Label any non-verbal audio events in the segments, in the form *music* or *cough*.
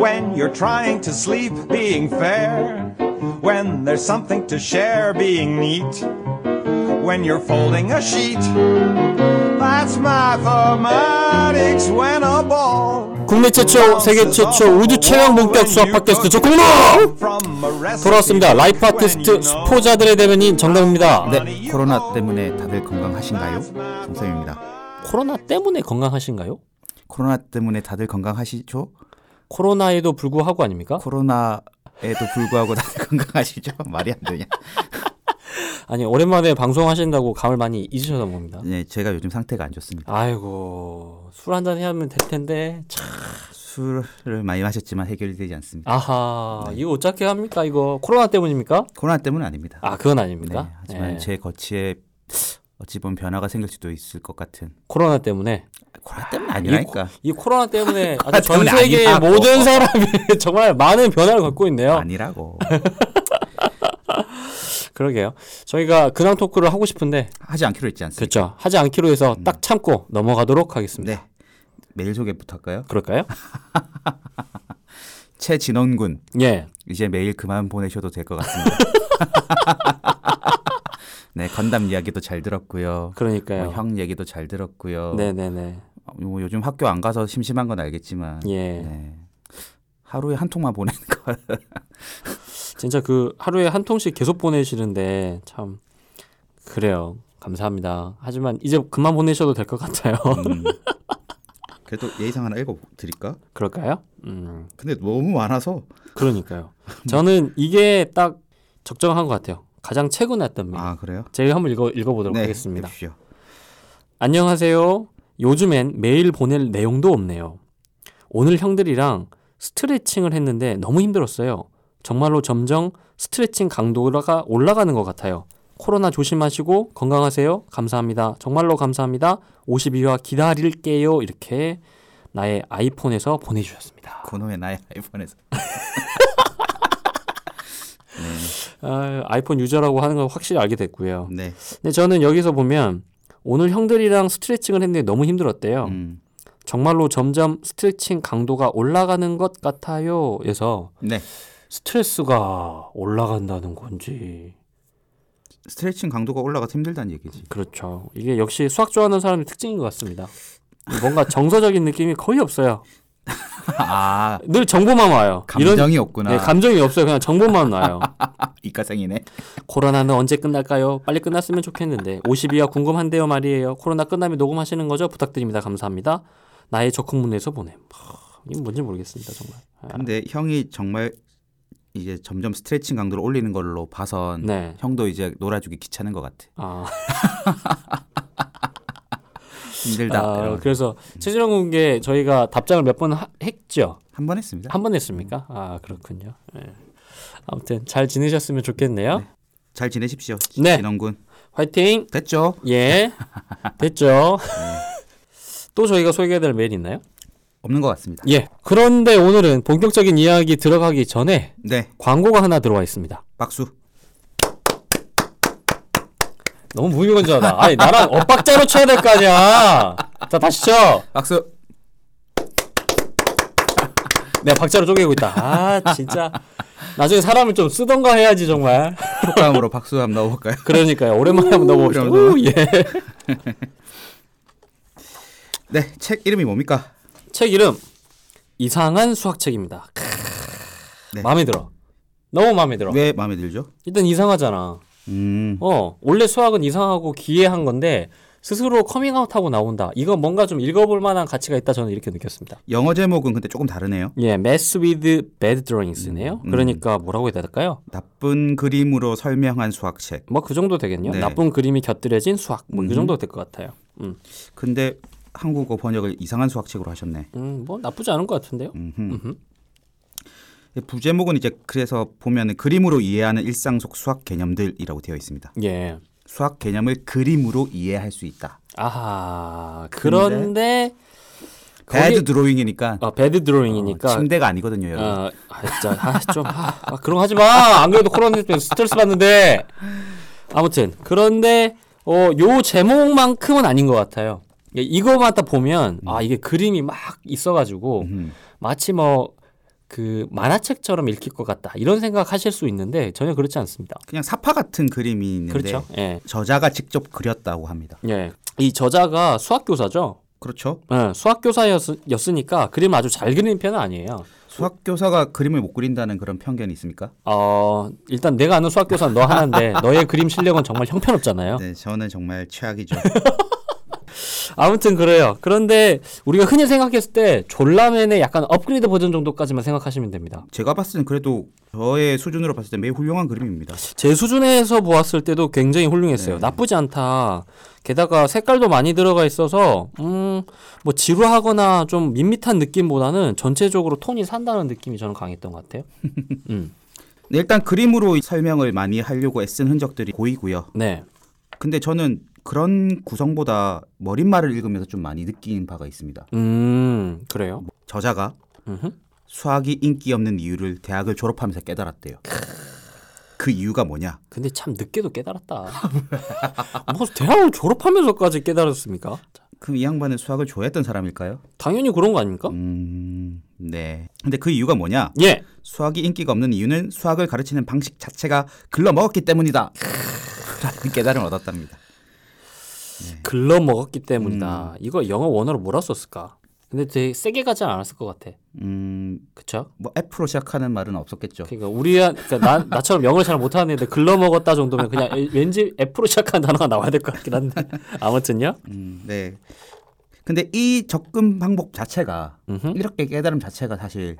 when you're trying to sleep, being fair. When there's something to share, being neat. When you're folding a sheet. That's mathematics when a ball. 국내 최초, 세계 최초, 우주 최강 본격 수학 팟캐스트 조콩로 돌아왔습니다. 라이프 아티스트 수포자들의 대변인 정남입니다. 네. 네, 코로나 때문에 다들 건강하신가요? 정쌤입니다. 코로나 때문에 건강하신가요? 코로나 때문에 다들 건강하시죠? 코로나에도 불구하고 아닙니까? 코로나에도 불구하고 다들 *laughs* 건강하시죠? 말이 안 되냐? 아니 오랜만에 방송하신다고 감을 많이 잊으셔서 봅니다. 네, 제가 요즘 상태가 안 좋습니다. 아이고 술 한잔 해야 하면 될 텐데 참 술을 많이 마셨지만 해결되지 않습니다. 아하 네. 이거 어떻게 합니까 이거 코로나 때문입니까? 코로나 때문은 아닙니다. 아 그건 네, 아닙니까? 하지만 네, 제 거치에 어찌 보면 변화가 생길 수도 있을 것 같은 코로나 때문에 코로나 때문 아니라니까. 이 코로나 *laughs* 때문에 아주 전 때문에 세계의 아니라고. 모든 사람이 *laughs* 정말 많은 변화를 겪고 있네요. 아니라고 그러게요. 저희가 근황 토크를 하고 싶은데 하지 않기로 했지 않습니까? 그렇죠. 하지 않기로 해서 딱 참고 넘어가도록 하겠습니다. 음. 네. 메일 소개부터 할까요? 그럴까요? 최진원군 예. 이제 메일 그만 보내셔도 될 것 같습니다. *laughs* 네, 건담 이야기도 잘 들었고요. 그러니까요. 뭐, 형 얘기도 잘 들었고요. 네. 네네네. 뭐, 요즘 학교 안 가서 심심한 건 알겠지만 예. 네. 하루에 한 통만 *laughs* 보내는 거 진짜 그 하루에 한 통씩 계속 보내시는데 참 그래요. 감사합니다. 하지만 이제 그만 보내셔도 될 것 같아요. *laughs* 음. 그래도 예의상 하나 읽어 드릴까? 그럴까요? 음. 근데 너무 많아서 그러니까요. 저는 이게 딱 적정한 것 같아요. 가장 최근에 왔던 메일. 아 그래요? 제가 한번 읽어 네. 읽어보도록 네, 하겠습니다. 읽으십시오. 안녕하세요. 요즘엔 매일 보낼 내용도 없네요. 오늘 형들이랑 스트레칭을 했는데 너무 힘들었어요. 정말로 점점 스트레칭 강도가 올라가는 것 같아요. 코로나 조심하시고 건강하세요. 감사합니다. 정말로 감사합니다. 52화 기다릴게요. 이렇게 나의 아이폰에서 보내주셨습니다. 고놈의 나의 아이폰에서 아, 아이폰 유저라고 하는 걸 확실히 알게 됐고요. 네. 근데 저는 여기서 보면 오늘 형들이랑 스트레칭을 했는데 너무 힘들었대요. 음. 정말로 점점 스트레칭 강도가 올라가는 것 같아요. 에서 네. 스트레스가 올라간다는 건지. 스트레칭 강도가 올라가서 힘들다는 얘기지. 그렇죠. 이게 역시 수학 좋아하는 사람의 특징인 것 같습니다. 뭔가 정서적인 느낌이 거의 없어요. *laughs* 아 늘 정보만 와요. 감정이 없구나. 네, 감정이 없어요. 그냥 정보만 와요. *laughs* 이과생이네. 코로나는 언제 끝날까요? 빨리 끝났으면 좋겠는데. 52화 궁금한데요 말이에요. 코로나 끝나면 녹음하시는 거죠? 부탁드립니다. 감사합니다. 나의 적응문에서 보냄. 하, 이건 뭔지 모르겠습니다. 정말. 아, 근데 형이 정말 이제 점점 스트레칭 강도를 올리는 걸로 봐선 네. 형도 이제 놀아주기 귀찮은 것 같아. 아. 힘들다. 아, 이러면서. 그래서 최진영 군께 저희가 답장을 몇 번 했죠. 한 번 했습니다. 한 번 했습니까? 아 그렇군요. 예. 아무튼 잘 지내셨으면 좋겠네요. 잘 지내십시오. 네. 진원군 화이팅. 됐죠? 예. 됐죠. 또 저희가 소개해드릴 메일 있나요? 없는 것 같습니다. 예. 그런데 오늘은 본격적인 이야기 들어가기 전에 네, 광고가 하나 들어와 있습니다. 박수. 너무 무미건조하다. 아니 나랑 엇박자로 쳐야 될 거 아니야. 자 다시 쳐. 박수. 내가 박자로 쪼개고 있다. 아 진짜. 나중에 사람을 좀 쓰던가 해야지 정말. 효과음으로 박수 한번 넣어볼까요? *laughs* 그러니까요. 오랜만에 한번 넘어봅시다. 이러면서. 우, 예. 네, 책 이름이 뭡니까? 책 이름 이상한 수학책입니다. 크으, 네. 마음에 들어. 너무 마음에 들어. 왜 마음에 들죠? 일단 이상하잖아. 음, 어, 원래 수학은 이상하고 기이한 건데 스스로 커밍아웃하고 나온다. 이거 뭔가 좀 읽어볼 만한 가치가 있다. 저는 이렇게 느꼈습니다. 영어 제목은 근데 조금 다르네요. 예, Mess with Bad Drawings네요. 음. 그러니까 뭐라고 해야 될까요? 나쁜 그림으로 설명한 수학책. 뭐 그 정도 되겠네요. 네. 나쁜 그림이 곁들여진 수학. 뭐 그 음. 정도 될 것 같아요. 음, 근데 한국어 번역을 이상한 수학책으로 하셨네. 음, 뭐 나쁘지 않은 것 같은데요. 음흠. 부제목은 이제 그래서 보면 그림으로 이해하는 일상 속 수학 개념들이라고 되어 있습니다. 예. 수학 개념을 그림으로 이해할 수 있다. 아하. 그런데 거기- 배드 드로잉이니까 아, 배드 드로잉이니까. 어, 침대가 아니거든요, 여러분. 아, 아, 진짜 아, 좀 아, 아, 그런 거 하지 마. 안 그래도 코로나 때문에 스트레스 받는데. 아무튼 그런데 어, 요 제목만큼은 아닌 것 같아요. 이거만 딱 보면 아 이게 그림이 막 있어가지고 음. 마치 뭐 그 만화책처럼 읽힐 것 같다 이런 생각하실 수 있는데 전혀 그렇지 않습니다. 그냥 사파 같은 그림이 있는데 그렇죠? 예. 저자가 직접 그렸다고 합니다. 예. 이 저자가 수학교사죠. 그렇죠? 예, 수학교사였으니까 그림 아주 잘 그리는 편은 아니에요. 수학 교사가 그림을 못 그린다는 그런 편견이 있습니까? 어, 일단 내가 아는 수학교사는 너 하나인데 너의 그림 실력은 정말 형편없잖아요. 네, 저는 정말 최악이죠. *laughs* 아무튼 그래요. 그런데 우리가 흔히 생각했을 때 졸라맨의 약간 업그레이드 버전 정도까지만 생각하시면 됩니다. 제가 봤을 땐 그래도 저의 수준으로 봤을 때 매우 훌륭한 그림입니다. 제 수준에서 보았을 때도 굉장히 훌륭했어요. 나쁘지 않다. 게다가 색깔도 많이 들어가 있어서 음, 뭐 지루하거나 좀 밋밋한 느낌보다는 전체적으로 톤이 산다는 느낌이 저는 강했던 것 같아요. 음. 네, 일단 그림으로 설명을 많이 하려고 애쓴 흔적들이 보이고요. 네. 근데 저는 그런 구성보다 머릿말을 읽으면서 좀 많이 느낀 바가 있습니다. 음, 그래요. 저자가 음흠. 수학이 인기 없는 이유를 대학을 졸업하면서 깨달았대요. 그 이유가 뭐냐? 근데 참 늦게도 깨달았다. *laughs* 뭐 대학을 졸업하면서까지 깨달았습니까? 그럼 이 양반은 수학을 좋아했던 사람일까요? 당연히 그런 거 아닙니까? 음, 네. 근데 그 이유가 뭐냐? 예. 수학이 인기가 없는 이유는 수학을 가르치는 방식 자체가 글러먹었기 때문이다. *laughs* 라는 깨달음을 얻었답니다. 네. 글러 먹었기 때문이다. 음. 이거 영어 원어로 뭐라 썼을까? 근데 되게 세게 가지 않았을 것 같아. 음, 그쵸? 뭐 F로 시작하는 말은 없었겠죠. 그러니까 우리 한- 그러니까 나 *laughs* 나처럼 영어를 잘 못하는 애들 글러 먹었다 정도면 그냥 에- 왠지 F로 시작하는 단어가 나와야 될 것 같긴 한데 *laughs* 아무튼요. 음, 네. 근데 이 접근 방법 자체가 음흠. 이렇게 깨달음 자체가 사실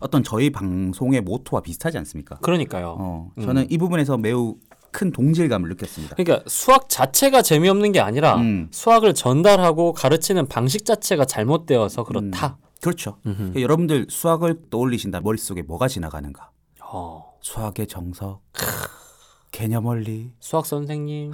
어떤 저희 방송의 모토와 비슷하지 않습니까? 그러니까요. 어, 저는 이 부분에서 매우 큰 동질감을 느꼈습니다. 그러니까 수학 자체가 재미없는 게 아니라 음. 수학을 전달하고 가르치는 방식 자체가 잘못되어서 그렇다. 그렇죠. 그러니까 여러분들 수학을 떠올리신다. 머릿속에 뭐가 지나가는가? 어, 수학의 정석, 개념 원리, 수학 *laughs* 선생님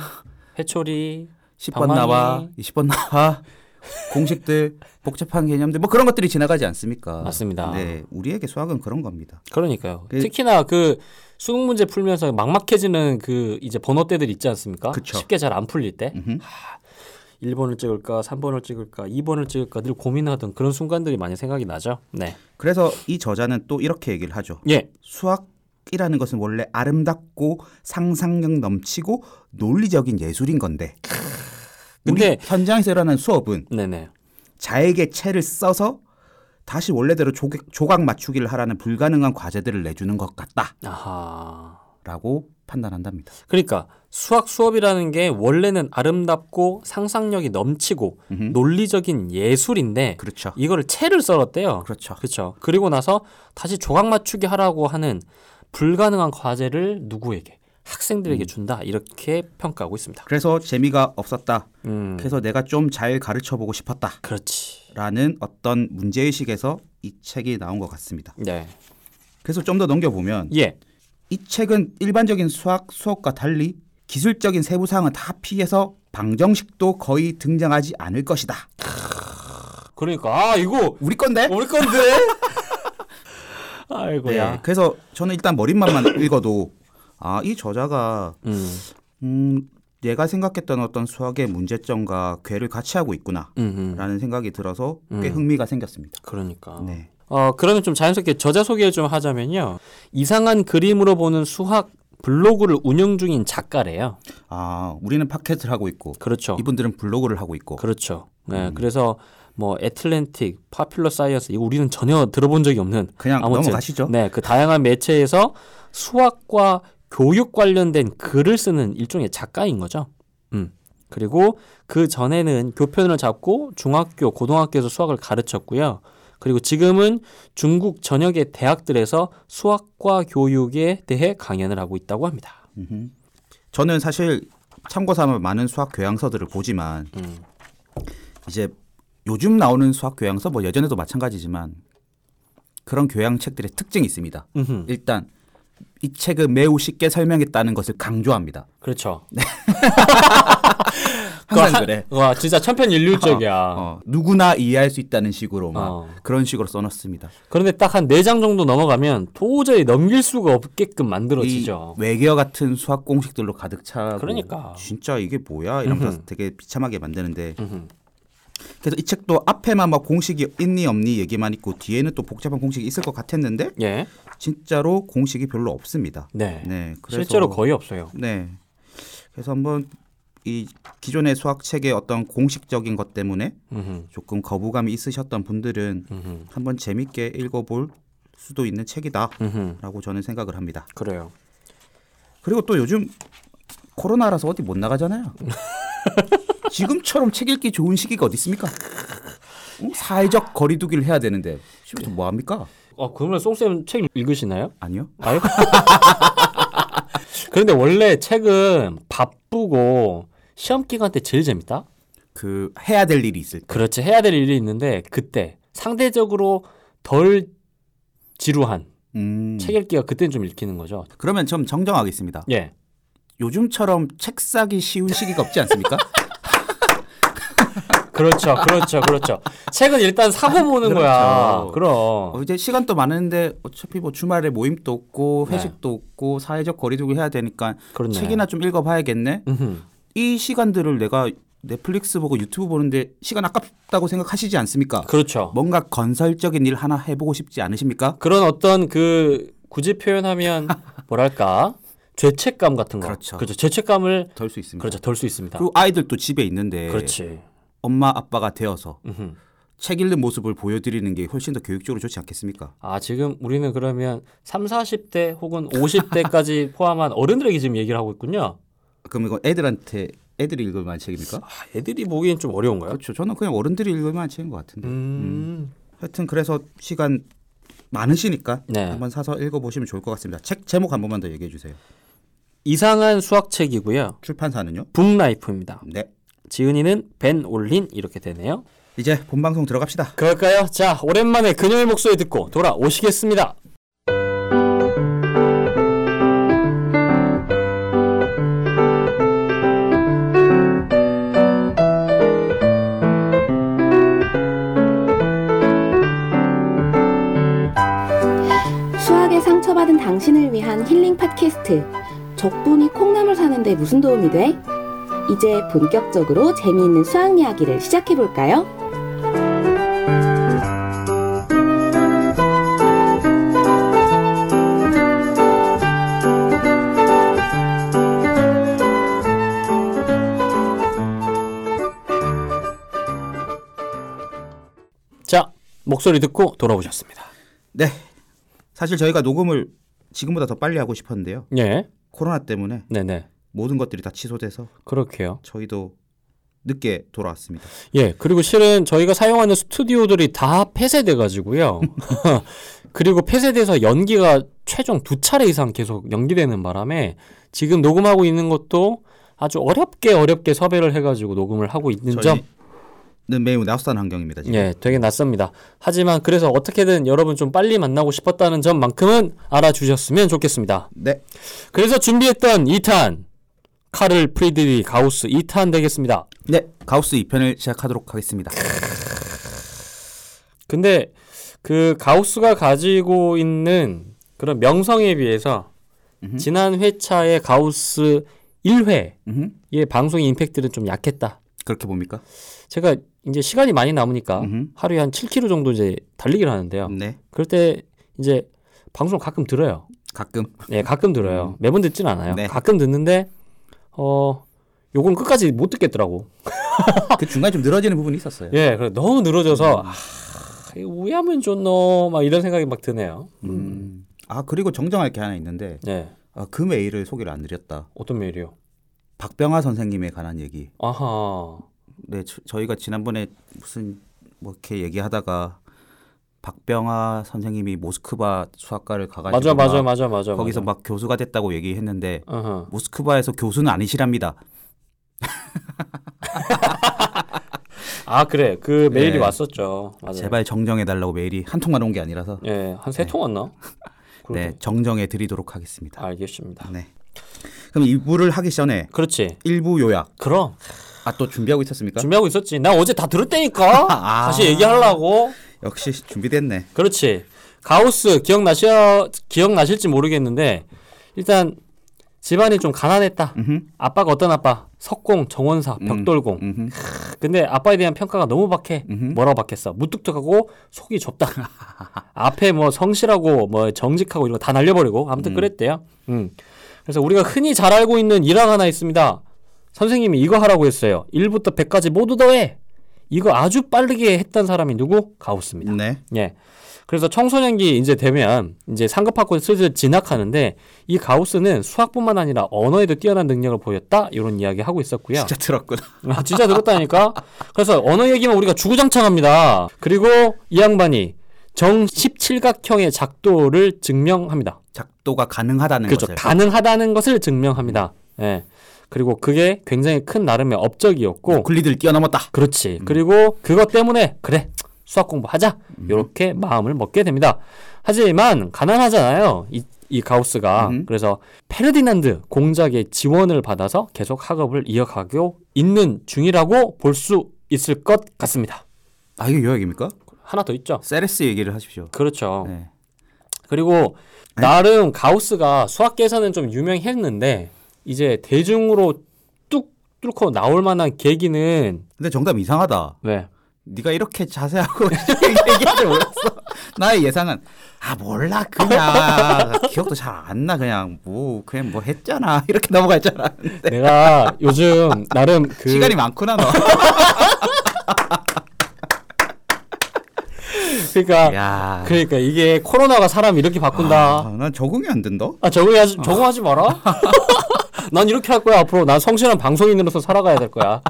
해초리 10번 방망이. 나와, 20번 나와, *laughs* 공식들, 복잡한 개념들 뭐 그런 것들이 지나가지 않습니까? 맞습니다. 네, 우리에게 수학은 그런 겁니다. 그러니까요. 그- 특히나 그 수능 문제 풀면서 막막해지는 그 이제 번호대들 있지 않습니까? 그쵸. 쉽게 잘 안 풀릴 때. 음흠. 하, 1번을 찍을까, 3번을 찍을까, 2번을 찍을까 늘 고민하던 그런 순간들이 많이 생각이 나죠. 네. 그래서 이 저자는 또 이렇게 얘기를 하죠. 예. 수학이라는 것은 원래 아름답고 상상력 넘치고 논리적인 예술인 건데 근데 현장에서 일어나는 수업은 네네. 자에게 채를 써서 다시 원래대로 조 조각 맞추기를 하라는 불가능한 과제들을 내주는 것 아하. 같다라고 판단한답니다. 그러니까 수학 수업이라는 게 원래는 아름답고 상상력이 넘치고 음흠. 논리적인 예술인데 그렇죠. 이거를 채를 썰었대요. 그렇죠. 그렇죠. 그리고 나서 다시 조각 맞추기 하라고 하는 불가능한 과제를 누구에게 학생들에게 음. 준다 이렇게 평가하고 있습니다. 그래서 재미가 없었다. 음, 그래서 내가 좀 잘 가르쳐 보고 싶었다. 그렇지. 라는 어떤 문제 의식에서 이 책이 나온 것 같습니다. 네. 그래서 좀 더 넘겨 보면 예. 이 책은 일반적인 수학 수업과 달리 기술적인 세부 사항은 다 피해서 방정식도 거의 등장하지 않을 것이다. 그러니까 아 이거 우리 건데? 우리 건데. *laughs* 아이고야. 네. 그래서 저는 일단 *coughs* 머릿말만 읽어도 아, 이 저자가 음, 음, 내가 생각했던 어떤 수학의 문제점과 궤를 같이 하고 있구나. 음, 음. 라는 생각이 들어서 꽤 흥미가 생겼습니다. 그러니까. 네. 어, 그러면 좀 자연스럽게 저자 소개를 좀 하자면요. 이상한 그림으로 보는 수학 블로그를 운영 중인 작가래요. 아, 우리는 팟캐스트를 하고 있고 그렇죠. 이분들은 블로그를 하고 음. 있고 그렇죠. 네, 그래서 뭐 애틀랜틱, 파퓰러 사이언스 이거 우리는 전혀 들어본 적이 없는 그냥 아무튼, 넘어가시죠. 네, 그 다양한 매체에서 수학과 교육 관련된 글을 쓰는 일종의 작가인 거죠. 음. 그리고 그 전에는 교편을 잡고 중학교, 고등학교에서 수학을 가르쳤고요. 그리고 지금은 중국 전역의 대학들에서 수학과 교육에 대해 강연을 하고 있다고 합니다. 음. 저는 사실 참고 삼아 많은 수학 교양서들을 보지만 음. 이제 요즘 나오는 수학 교양서 뭐 예전에도 마찬가지지만 그런 교양 책들의 특징이 있습니다. 음흠. 일단 이 책을 매우 쉽게 설명했다는 것을 강조합니다. 그렇죠. 항상 그거 한- 그래. 와, 진짜 천편일률적이야. *laughs* 어, 누구나 이해할 수 있다는 식으로 막 어. 그런 식으로 써놨습니다. 그런데 딱 한 네 장 정도 넘어가면 도저히 넘길 수가 없게끔 만들어지죠. 이 외계어 같은 수학 공식들로 가득 차고 그러니까. 진짜 이게 뭐야 이러면서 되게 비참하게 만드는데 그래서 이 책도 앞에만 막 공식이 있니 없니 얘기만 있고 뒤에는 또 복잡한 공식이 있을 것 같았는데 예. 진짜로 공식이 별로 없습니다. 네. 네, 그래서 실제로 거의 없어요. 네. 그래서 한번 이 기존의 수학 책의 어떤 공식적인 것 때문에 음흠. 조금 거부감이 있으셨던 분들은 음흠. 한번 재밌게 읽어볼 수도 있는 책이다라고 음흠. 저는 생각을 합니다. 그래요. 그리고 또 요즘 코로나라서 어디 *laughs* 못 나가잖아요. 지금처럼 책 읽기 좋은 시기가 어디 있습니까? 응? 사회적 거리두기를 해야 되는데 지금 또뭐 합니까? 아 그러면 송쌤 책 읽으시나요? 아니요. 아예? 그런데 원래 책은 바쁘고 시험 기간 때 제일 재밌다. *laughs* 그 해야 될 일이 있을 때. 그렇지 해야 될 일이 있는데 그때 상대적으로 덜 지루한 음. 책 읽기가 그때는 좀 읽히는 거죠. 그러면 좀 정정하겠습니다. 예. 요즘처럼 책 사기 쉬운 시기가 *laughs* 없지 않습니까? 어. 그렇죠, 그렇죠, *laughs* 그렇죠. 책은 일단 사고 보는 거야. 그렇죠. 그럼. 어, 이제 시간도 많은데 어차피 뭐 주말에 모임도 없고 회식도 없고 사회적 거리두기 해야 되니까 그렇네. 책이나 좀 읽어봐야겠네. 음흠. 이 시간들을 내가 넷플릭스 보고 유튜브 보는데 시간 아깝다고 생각하시지 않습니까? 그렇죠. 뭔가 건설적인 일 하나 해보고 싶지 않으십니까? 그런 어떤 그 굳이 표현하면 뭐랄까 *laughs* 죄책감 같은 거. 그렇죠. 죄책감을 덜 수 있습니다. 그렇죠. 예. 덜 수 있습니다. 그리고 아이들도 집에 있는데 그렇지. 엄마 아빠가 되어서 음흠. 책 읽는 모습을 보여드리는 게 훨씬 더 교육적으로 좋지 않겠습니까? 아, 지금 우리는 그러면 3, 40대 혹은 *laughs* 50대까지 포함한 어른들에게 지금 얘기를 하고 있군요. 그럼 이거 애들한테 애들이 읽을 만한 책입니까? 아, 애들이 보기엔 좀 어려운가요? 그렇죠. 저는 그냥 어른들이 읽을 만한 책인 것 같은데. 음. 하여튼 그래서 시간 많으시니까 네. 한번 사서 읽어보시면 좋을 것 같습니다. 책 제목 한 번만 더 얘기해 주세요. 이상한 수학책이고요. 출판사는요? 북라이프입니다. 네. 지은이는 벤 올린 이렇게 되네요. 이제 본 방송 들어갑시다. 그럴까요? 자, 오랜만에 그녀의 목소리 듣고 돌아오시겠습니다. 수학에 상처받은 당신을 위한 힐링 팟캐스트. 적분이 콩나물 사는데 무슨 도움이 돼? 이제 본격적으로 재미있는 수학 이야기를 시작해볼까요? 자, 목소리 듣고 돌아오셨습니다. 네. 사실 저희가 녹음을 지금보다 더 빨리 하고 싶었는데요. 예. 코로나 때문에 네네. 모든 것들이 다 취소돼서 그렇게요. 저희도 늦게 돌아왔습니다. 예, 그리고 실은 저희가 사용하는 스튜디오들이 다 폐쇄돼가지고요. 그리고 폐쇄돼서 연기가 최종 두 차례 이상 계속 연기되는 바람에 지금 녹음하고 있는 것도 아주 어렵게 어렵게 섭외를 해가지고 녹음을 하고 있는 점, 저희는 매우 낯선 환경입니다. 지금. 예, 되게 낯섭니다. 하지만 그래서 어떻게든 여러분 좀 빨리 만나고 싶었다는 점만큼은 알아주셨으면 좋겠습니다. 네. 그래서 준비했던 2탄, 카를 프리드리 가우스 2탄 되겠습니다. 네. 가우스 2편을 시작하도록 하겠습니다. 근데 그 가우스가 가지고 있는 그런 명성에 비해서 지난 회차의 가우스 1회의 음흠. 방송의 임팩트는 좀 약했다. 그렇게 봅니까? 제가 이제 시간이 많이 남으니까 음흠. 하루에 한 7km 정도 이제 달리기를 하는데요. 네. 그럴 때 이제 방송 가끔 들어요. 가끔. 예, 가끔 들어요. 매번 듣진 않아요. 네. 가끔 듣는데 어 요건 끝까지 못 듣겠더라고. *laughs* 그 중간에 좀 늘어지는 부분이 있었어요. 예, 그래 너무 늘어져서 음. 아, 이거 왜 하면 좋노 막 이런 생각이 막 드네요. 음. 아 그리고 정정할 게 하나 있는데 예. 아, 그 메일을 소개를 안 드렸다. 어떤 메일이요? 박병하 선생님에 관한 얘기. 아하. 네, 저, 희가 지난번에 무슨 뭐 이렇게 얘기하다가 박병하 선생님이 모스크바 수학과를 가가지고 맞아 맞아 막 맞아 맞아. 거기서 맞아. 막 교수가 됐다고 얘기했는데 어허. 모스크바에서 교수는 아니시랍니다. 아 그래 그 메일이 예. 왔었죠. 맞아. 제발 네. 정정해 달라고 메일이 한 통만 온 게 아니라서 예, 한 세 통 *laughs* 왔나? 그렇게. 네 정정해 드리도록 하겠습니다. 알겠습니다. 네. 그럼 2부를 하기 전에 그렇지. 1부 요약. 그럼 아 또 준비하고 있었습니까? 준비하고 있었지. 나 어제 다 들었다니까. *laughs* 아. 다시 얘기하려고. 역시 준비됐네. 그렇지. 가우스 기억나시 기억나실지 모르겠는데 일단 집안이 좀 가난했다. 음흠. 아빠가 어떤 아빠? 석공, 정원사, 음. 벽돌공. 음흠. 근데 아빠에 대한 평가가 너무 박해. 음흠. 뭐라고 박했어? 무뚝뚝하고 속이 *laughs* 좁다. 앞에 뭐 성실하고 뭐 정직하고 이런 거 다 날려버리고 아무튼 그랬대요. 음. 그래서 우리가 흔히 잘 알고 있는 일화가 하나 있습니다. 선생님이 이거 하라고 했어요. 1부터 100까지 모두 더해. 이거 아주 빠르게 했던 사람이 누구? 가우스입니다. 네. 예. 그래서 청소년기 이제 되면 이제 상급학교에 슬슬 진학하는데 이 가우스는 수학뿐만 아니라 언어에도 뛰어난 능력을 보였다 이런 이야기 하고 있었고요. 진짜 들었구나. 아, 진짜 들었다니까. 그래서 언어 얘기만 우리가 주구장창합니다. 그리고 이 양반이 정 17각형의 작도를 증명합니다. 작도가 가능하다는 그렇죠. 것을. 가능하다는 것을 증명합니다. 예. 그리고 그게 굉장히 큰 나름의 업적이었고 네, 글리들 뛰어넘었다. 음. 그렇지. 그리고 그것 때문에 그래 수학 공부하자 이렇게 마음을 먹게 됩니다. 하지만 가난하잖아요. 이, 이 가우스가 음. 그래서 페르디난드 공작의 지원을 받아서 계속 학업을 이어가고 있는 중이라고 볼 수 있을 것 같습니다. 아 이게 요약입니까? 하나 더 있죠. 세레스 얘기를 하십시오. 그렇죠. 네. 그리고 나름 가우스가 수학계에서는 좀 유명했는데 이제 대중으로 뚝 뚫고 나올 만한 계기는 근데 정답 이상하다. 왜? 네가 이렇게 자세하고 *laughs* 얘기할 줄 몰랐어. 나의 예상은 아 몰라 그냥 기억도 잘 안 나 그냥 뭐 그냥 뭐 했잖아 *laughs* 이렇게 넘어갈 줄 알았는데 내가 요즘 나름 그 네. *laughs* 시간이 *laughs* 많구나 너. 그러니까 야. 그러니까 이게 코로나가 사람 이렇게 바꾼다. 아, 어. 난 적응이 안 된다. 아 적응하지 적응하지 *laughs* 마라. 난 이렇게 할 거야 앞으로. 난 성실한 방송인으로서 살아가야 될 거야.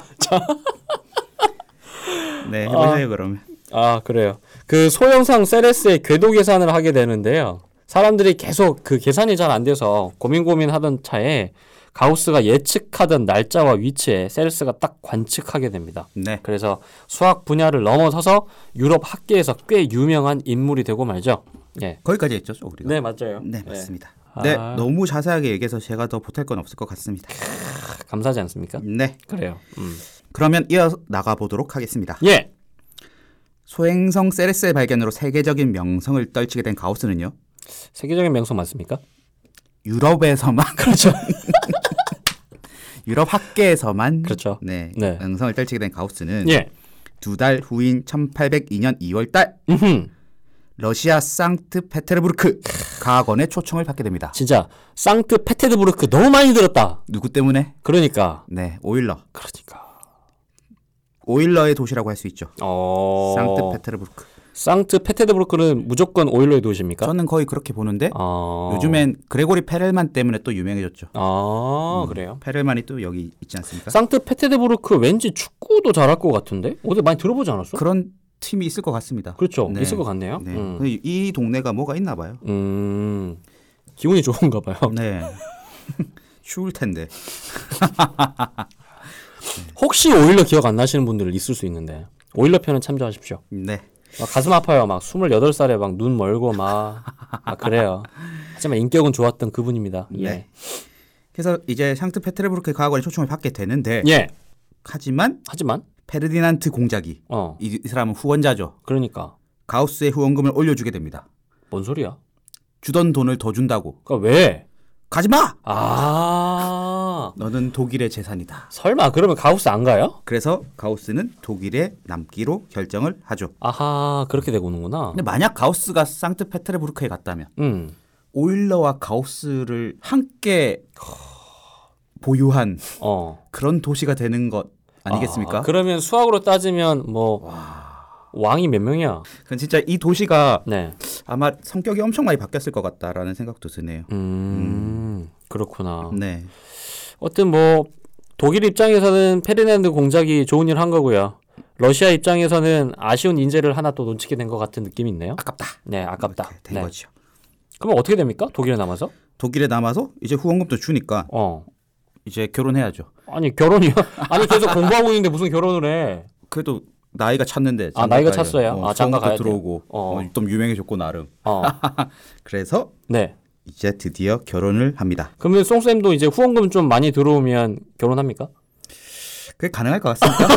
네 해보세요 그러면. 아 그래요. 그 소형상 세레스의 궤도 계산을 하게 되는데요. 사람들이 계속 그 계산이 잘 안 돼서 고민 고민하던 차에 가우스가 예측하던 날짜와 위치에 세레스가 딱 관측하게 됩니다. 네. 그래서 수학 분야를 넘어서서 유럽 학계에서 꽤 유명한 인물이 되고 말죠. 예. 거기까지 했죠 우리가. 네 맞아요. 네, 예. 맞습니다. 네 아. 너무 자세하게 얘기해서 제가 더 보탤 건 없을 것 같습니다. 감사하지 않습니까? 네 그래요. 음. 그러면 이어 나가 보도록 하겠습니다. 예. 소행성 세레스의 발견으로 세계적인 명성을 떨치게 된 가우스는요 세계적인 명성 맞습니까? 유럽에서만 *laughs* 그렇죠. *laughs* 유럽 학계에서만 그렇죠. 네, 네. 명성을 떨치게 된 가우스는 예. 두 달 후인 1802년 2월달 음흠. 러시아 상트페테르부르크 과학원의 초청을 받게 됩니다. 진짜 상트 페테르부르크 너무 많이 들었다. 누구 때문에? 그러니까. 네, 오일러. 그러니까. 오일러의 도시라고 할 수 있죠. 어. 그러니까? 상트페테르부르크. 상트 페테르부르크는 무조건 오일러의 도시입니까? 저는 거의 그렇게 보는데 어. 요즘엔 그레고리 페렐만 때문에 또 유명해졌죠. 아 음. 그래요. 페렐만이 또 여기 있지 않습니까? 상트 페테르부르크 왠지 축구도 잘할 것 같은데 어디 많이 들어보지 않았어? 그런 팀이 있을 것 같습니다. 그렇죠. 네. 있을 것 같네요. 네. 음. 근데 이 동네가 뭐가 있나 봐요. 음. 기운이 좋은가 봐요. 네. 추울 텐데. 혹시 오일러 기억 안 나시는 분들 있을 수 있는데 오일러 편은 참조하십시오. 네. 막 가슴 아파요. 막 28살에 막 눈 멀고 막, 막 그래요. 하지만 인격은 좋았던 그분입니다. 예. 네. 그래서 이제 상트페테르부르크 과학원에 초청을 받게 되는데 예. 하지만 하지만 페르디난트 공작이 어. 이, 이 사람은 후원자죠. 그러니까 가우스의 후원금을 올려주게 됩니다. 뭔 소리야? 주던 돈을 더 준다고. 그러니까 왜? 가지 마. 아. 너는 독일의 재산이다. 설마 그러면 가우스 안 가요? 그래서 가우스는 독일에 남기로 결정을 하죠. 아하, 그렇게 되고 오는구나. 근데 만약 가우스가 상트페테르부르크에 갔다면 음. 오일러와 가우스를 함께 보유한 어. 그런 도시가 되는 것 아니겠습니까? 아, 그러면 수학으로 따지면 뭐 왕이 몇 명이야? 그건 진짜 이 도시가 네. 아마 성격이 엄청 많이 바뀌었을 것 같다라는 생각도 드네요. 음. 그렇구나. 네. 어쨌든 뭐 독일 입장에서는 페르난드 공작이 좋은 일 한 거고요. 러시아 입장에서는 아쉬운 인재를 하나 또 놓치게 된 것 같은 느낌이 있네요. 아깝다. 네, 아깝다. 이렇게 된 네. 거죠. 그럼 어떻게 됩니까? 독일에 남아서? 독일에 남아서 이제 후원금도 주니까 어. 이제 결혼해야죠. 아니 결혼이요? *laughs* 아니 계속 공부하고 있는데 무슨 결혼을 해? 그래도 나이가 찼는데 아, 장가 나이가 가야- 찼어요? 어, 아, 장가 후원금도 가야 돼요? 들어오고 어. 어. 좀 유명해졌고 나름. 어. 그래서 네. 이제 드디어 결혼을 합니다. 그러면 송 쌤도 이제 후원금 좀 많이 들어오면 결혼합니까? 그게 *laughs* 가능할 것 같습니다.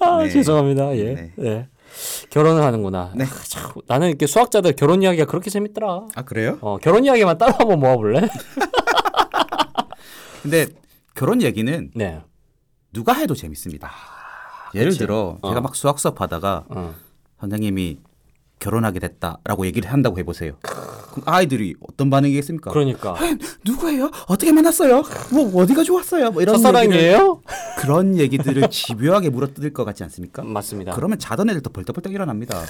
아 네. 죄송합니다. 예. 네. 예. 결혼을 하는구나. 네. 아, 참, 나는 이렇게 수학자들 결혼 이야기가 그렇게 재밌더라. 아 그래요? 어, 결혼 이야기만 따로 한번 모아볼래? *laughs* 근데 결혼 얘기는 네. 누가 해도 재밌습니다. 예를 들어 제가 막 수학 수업 하다가 아, 어. 선생님이 결혼하게 됐다라고 얘기를 한다고 해보세요. 그럼 아이들이 어떤 반응이겠습니까? 아, 그러니까 누구예요? 어떻게 만났어요? 뭐 어디가 좋았어요? 뭐 이런 얘기를- 첫사랑이에요? 그런 얘기들을 집요하게 물어뜯을 것 같지 않습니까? 맞습니다. 그러면 자던 애들도 벌떡벌떡 일어납니다.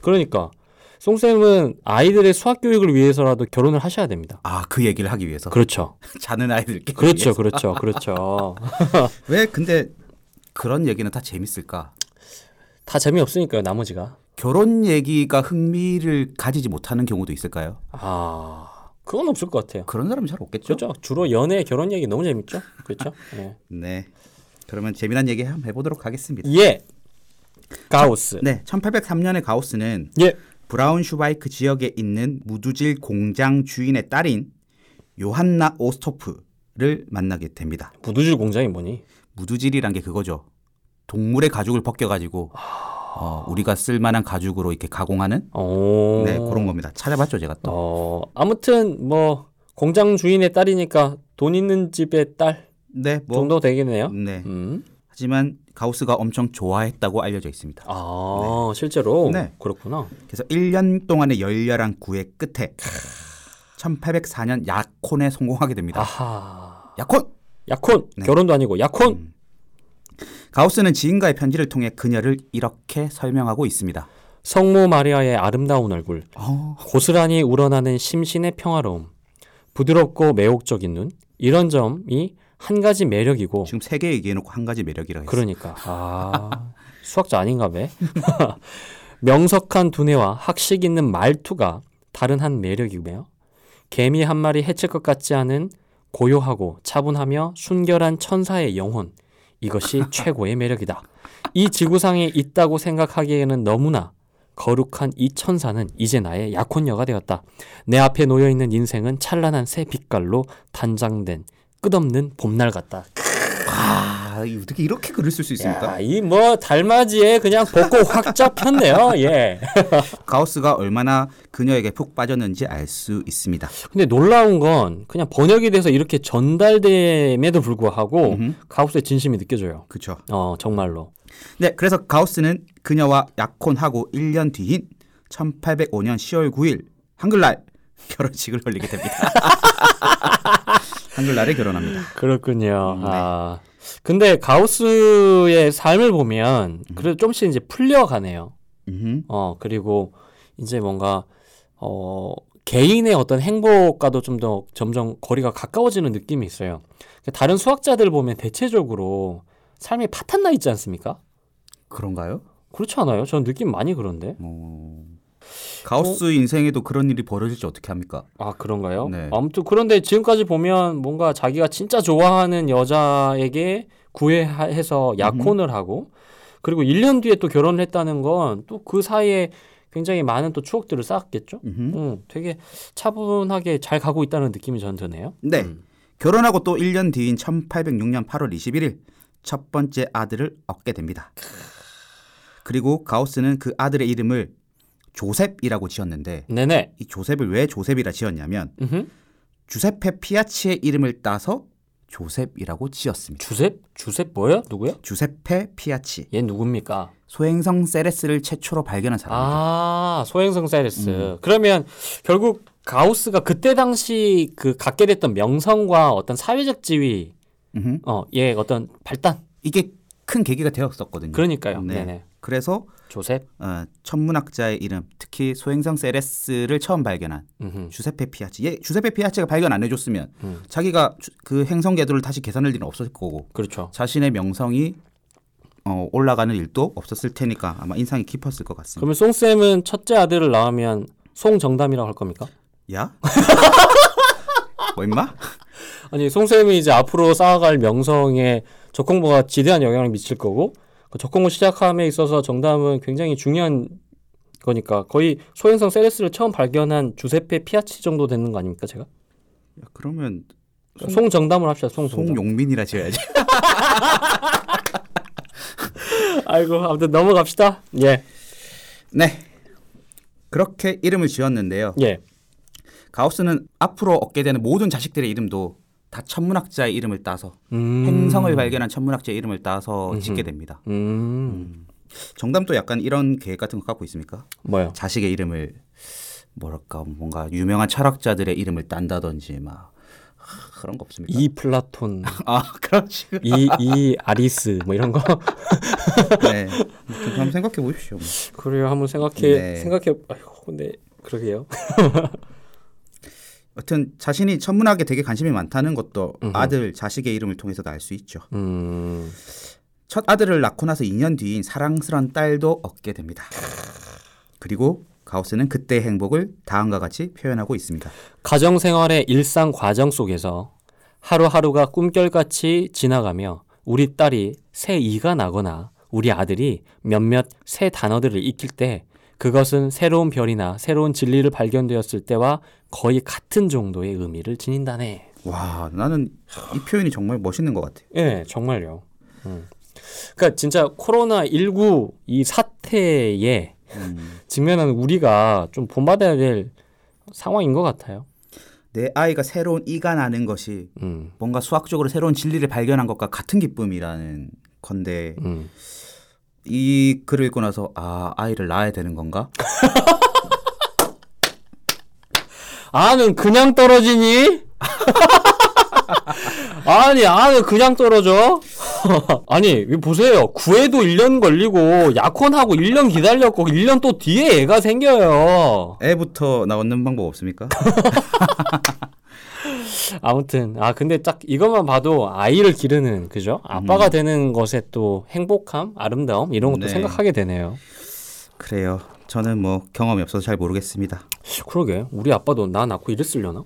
그러니까 송쌤은 아이들의 수학 교육을 위해서라도 결혼을 하셔야 됩니다. 아 그 얘기를 하기 위해서 그렇죠. *laughs* 자는 아이들께 그렇죠. 위해서. 그렇죠. *laughs* 그렇죠. 왜 근데 그런 얘기는 다 재밌을까? 다 재미없으니까요, 나머지가. 결혼 얘기가 흥미를 가지지 못하는 경우도 있을까요? 아. 그건 없을 것 같아요. 그런 사람은 잘 없겠죠. 그렇죠. 주로 연애, 결혼 얘기 너무 재밌죠? *laughs* 그렇죠? 네. 네. 그러면 재미난 얘기 한번 해보도록 하겠습니다. 예. 가우스. 네, 1803년에 가우스는 예. 브라운슈바이크 지역에 있는 무두질 공장 주인의 딸인 요한나 오스토프를 만나게 됩니다. 무두질 공장이 뭐니? 무두질이란 게 그거죠. 동물의 가죽을 벗겨가지고 아. 어, 우리가 쓸만한 가죽으로 이렇게 가공하는 오. 네 그런 겁니다. 찾아봤죠 제가 또. 어, 아무튼 뭐 공장 주인의 딸이니까 돈 있는 집의 딸 네, 뭐 정도 되겠네요. 네. 음. 하지만 가우스가 엄청 좋아했다고 알려져 있습니다. 아, 실제로 네. 그렇구나. 그래서 1년 동안의 열렬한 구애 끝에 1804년 약혼에 성공하게 됩니다. 아하. 약혼! 약혼 네. 음. 결혼도 아니고 약혼. 가우스는 지인과의 편지를 통해 그녀를 이렇게 설명하고 있습니다. 성모 마리아의 아름다운 얼굴, 어, 고스란히 우러나는 심신의 평화로움, 부드럽고 매혹적인 눈 이런 점이 한 가지 매력이고 지금 세 개 얘기해놓고 한 가지 매력이라고 했어요. 그러니까 아 수학자 아닌가 봐. *laughs* 명석한 두뇌와 학식 있는 말투가 다른 한 매력이며 개미 한 마리 해칠 것 같지 않은 고요하고 차분하며 순결한 천사의 영혼 이것이 *laughs* 최고의 매력이다. 이 지구상에 있다고 생각하기에는 너무나 거룩한 이 천사는 이제 나의 약혼녀가 되었다. 내 앞에 놓여 있는 인생은 찬란한 새 빛깔로 단장된 끝없는 봄날 같다. 아, 어떻게 이렇게 글을 쓸 수 있습니까? 이 뭐 달맞이에 그냥 벚꽃 확 *laughs* 잡혔네요. 예. 가우스가 얼마나 그녀에게 푹 빠졌는지 알 수 있습니다. 근데 놀라운 건 그냥 번역이 돼서 이렇게 전달됨에도 불구하고 가우스의 진심이 느껴져요. 그렇죠. 어 정말로. 네, 그래서 가우스는 그녀와 약혼하고 1년 뒤인 1805년 10월 9일 한글날 결혼식을 올리게 됩니다. *laughs* 한글날에 결혼합니다. 그렇군요. 아 근데 가우스의 삶을 보면 그래도 조금씩 이제 풀려가네요. 음, 어 그리고 이제 뭔가 어 개인의 어떤 행복과도 좀 더 점점 거리가 가까워지는 느낌이 있어요. 그러니까 다른 수학자들 보면 대체적으로 삶이 파탄 나 있지 않습니까? 그런가요? 그렇지 않아요? 저는 느낌 많이 그런데. 어, 가우스 인생에도 그런 일이 벌어질지 어떻게 합니까? 아 그런가요? 네. 아무튼 그런데 지금까지 보면 뭔가 자기가 진짜 좋아하는 여자에게 구애해서 약혼을 하고 그리고 1년 뒤에 또 결혼을 했다는 건 또 그 사이에 굉장히 많은 또 추억들을 쌓았겠죠. 음흠. 음, 되게 차분하게 잘 가고 있다는 느낌이 전 드네요. 네. 결혼하고 또 1년 뒤인 1806년 8월 21일 첫 번째 아들을 얻게 됩니다. 그리고 가우스는 그 아들의 이름을 조셉이라고 지었는데 네네. 이 조셉을 왜 조셉이라 지었냐면 음흠. 주세페 피아치의 이름을 따서 조셉이라고 지었습니다. 주셉? 주셉 뭐예요? 누구요? 주세페 피아치 얘 누굽니까? 소행성 세레스를 최초로 발견한 사람입니다. 아 소행성 사이레스. 음. 그러면 결국 가우스가 그때 당시 그 갖게 됐던 명성과 어떤 사회적 지위 음흠. 어, 예, 어떤 발단. 이게 큰 계기가 되었었거든요. 그러니까요. 네. 네. 네 그래서 조셉. 어, 천문학자의 이름, 특히 소행성 세레스를 처음 발견한 음흠. 음. 주세페 피아치. 예, 주세페 피아치가 발견 안 해줬으면 자기가 주- 그 행성 궤도를 다시 계산할 일은 없었을 거고 그렇죠. 자신의 명성이 어, 올라가는 일도 없었을 테니까 아마 인상이 깊었을 것 같습니다. 그러면 송쌤은 첫째 아들을 낳으면 송정담이라고 할 겁니까? 야? 뭐 임마? 아니, 송쌤이 이제 앞으로 쌓아갈 명성에 적공부가 지대한 영향을 미칠 거고 그 적공부 시작함에 있어서 정담은 굉장히 중요한 거니까 거의 소행성 세레스를 처음 발견한 주세페 피아치 정도 되는 거 아닙니까, 제가? 야, 그러면 송정담을 합시다. 송정담. 송용민이라 지어야지. *laughs* 아이고, 아무튼 넘어갑시다. 예. *laughs* 네. 그렇게 이름을 지었는데요. 예. 가우스는 앞으로 얻게 되는 모든 자식들의 이름도 다 천문학자의 이름을 따서 음. 행성을 발견한 천문학자의 이름을 따서 짓게 됩니다. 음. 정담도 약간 이런 계획 같은 거 갖고 있습니까? 뭐요? 자식의 이름을 뭐랄까 뭔가 유명한 철학자들의 이름을 딴다든지 막 하, 그런 거 없습니까? 이 플라톤, 아 *laughs* 그런 식으로 이, 이 아리스 뭐 이런 거. *laughs* 네. 그럼 한번 생각해 보십시오. 뭐. 그래요. 한번 생각해 네. 생각해. 아이고 근데 그러게요. 여튼 자신이 천문학에 되게 관심이 많다는 것도 아들 자식의 이름을 통해서도 알 수 있죠. 음. 첫 아들을 낳고 나서 2년 뒤인 사랑스런 딸도 얻게 됩니다. 그리고 가우스는 그때의 행복을 다음과 같이 표현하고 있습니다. 가정 생활의 일상 과정 속에서 하루하루가 꿈결같이 지나가며 우리 딸이 새 이가 나거나 우리 아들이 몇몇 새 단어들을 익힐 때 그것은 새로운 별이나 새로운 진리를 발견되었을 때와 거의 같은 정도의 의미를 지닌다네. 와, 나는 이 표현이 정말 멋있는 것 같아요. 예, 정말요. 음. 그러니까 진짜 코로나 19이 사태에 직면하는 우리가 좀 본받아야 될 상황인 것 같아요. 내 아이가 새로운 이가 나는 것이 음, 뭔가 수학적으로 새로운 진리를 발견한 것과 같은 기쁨이라는 건데 음. 이 글을 읽고 나서 아 아이를 낳아야 되는 건가? 아는 그냥 *laughs* 떨어지니? 아니, 아는 그냥 떨어져? *laughs* 아니, 이거 보세요. 구해도 1년 걸리고, 약혼하고 1년 기다렸고, 1년 또 뒤에 애가 생겨요. 애부터 낳는 방법 없습니까? 아무튼, 아, 근데 딱 이것만 봐도 아이를 기르는, 그죠? 아빠가 되는 것에 또 행복함, 아름다움, 이런 것도 음. 네. 생각하게 되네요. 그래요. 저는 뭐 경험이 없어서 잘 모르겠습니다. 그러게, 우리 아빠도 나 낳고 이랬으려나?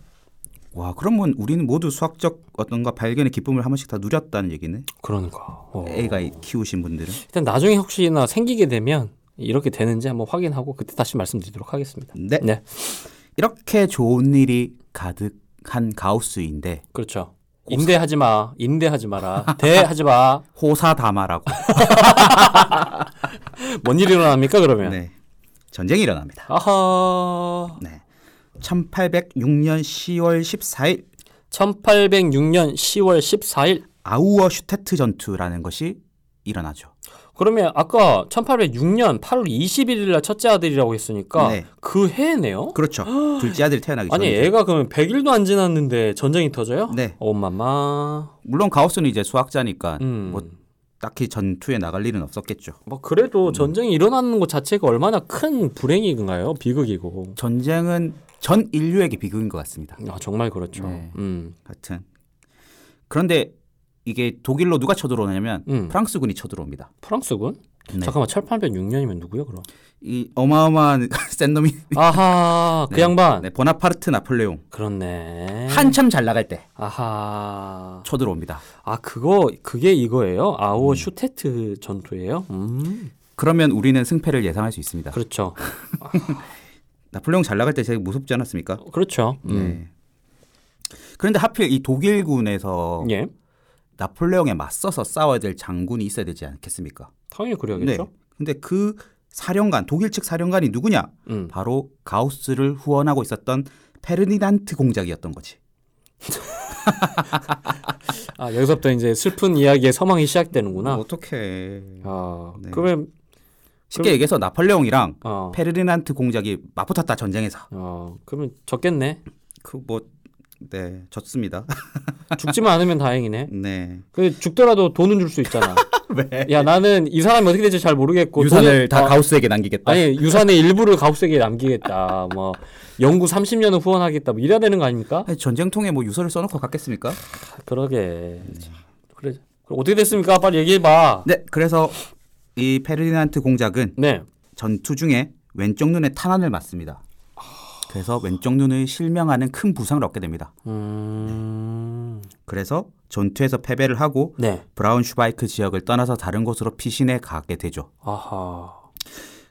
와 그러면 우리는 모두 수학적 어떤가 발견의 기쁨을 한 번씩 다 누렸다는 얘기네. 그러니까. 어. 애가 이- 키우신 분들은 일단 나중에 혹시나 생기게 되면, 이렇게 되는지 한번 확인하고, 그때 다시 말씀드리도록 하겠습니다. 네. 네. 이렇게 좋은 일이 가득한 가우스인데 그렇죠. 임대하지 마. 임대하지 마라. *laughs* 대하지 마. *laughs* 호사다마라고 뭔 일이 일어납니까, 그러면? 네. 전쟁이 일어납니다. 아하. 네. 1806년 10월 14일 1806년 10월 14일. 아우어 슈테트 전투라는 것이 일어나죠. 그러면 아까 1806년 8월 21일 날 첫째 아들이라고 했으니까 네. 그 해네요? 그렇죠. *gasps* 둘째 아들이 태어나기 아니, 전이죠. 애가 그러면 100일도 안 지났는데 전쟁이 터져요? 어, 네. 엄마마. 물론 가우스는 이제 수학자니까 음. 뭐 딱히 전투에 나갈 일은 없었겠죠. 뭐 음. 그래도 전쟁이 일어나는 것 자체가 얼마나 큰 불행인가요? 비극이고. 전쟁은 전 인류에게 비극인 것 같습니다. 아, 정말 그렇죠. 네. 음. 하여튼 그런데 이게 독일로 누가 쳐들어오냐면 음. 프랑스군이 쳐들어옵니다. 프랑스군? 네. 잠깐만 1806년이면 누구요, 그럼? 이 어마어마한 *laughs* 센 놈이 *laughs* 아하 그 네. 양반 네, 보나파르트 나폴레옹 그렇네 한참 잘 나갈 때 아하 쳐들어옵니다. 아 그거 그게 이거예요 아오 음. 슈테트 전투예요 음 그러면 우리는 승패를 예상할 수 있습니다. 그렇죠 나폴레옹 잘 나갈 때 제일 무섭지 않았습니까? 그렇죠 음. 네. 그런데 하필 이 독일군에서 예 나폴레옹에 맞서서 싸워야 될 장군이 있어야 되지 않겠습니까? 당연히 그래야겠죠 근데 그 사령관 독일 측 사령관이 누구냐? 음 바로 가우스를 후원하고 있었던 페르디난트 공작이었던 거지. 아 여기서부터 이제 슬픈 이야기의 서망이 시작되는구나 어떻게? 아 뭐, 네. 그러면 쉽게 얘기해서 나폴레옹이랑 어, 페르디난트 공작이 맞붙었다 전쟁에서 어 그러면 적겠네 그 뭐, 그뭐네 *laughs* 졌습니다. 죽지만 않으면 다행이네 네 그 죽더라도 돈은 줄 수 *laughs* 있잖아 왜? 야 나는 이 사람이 어떻게 될지 잘 모르겠고 돈은- 유산을 다 어, 가우스에게 남기겠다. 아니 유산의 일부를 가옥세계에 남기겠다. 뭐 영구 30년은 후원하겠다. 뭐 이래야 되는 거 아닙니까? 아니, 전쟁통에 뭐 유서를 써놓고 갔겠습니까? 아, 그러게. 참, 그래. 그럼 어떻게 됐습니까? 빨리 얘기해 봐. 네 그래서 이 페르디난트 공작은 네. 전투 중에 왼쪽 눈에 탄환을 맞습니다. 그래서 왼쪽 눈을 실명하는 큰 부상을 얻게 됩니다. 음. 그래서 전투에서 패배를 하고 네. 브라운슈바이크 지역을 떠나서 다른 곳으로 피신해 가게 되죠. 아하.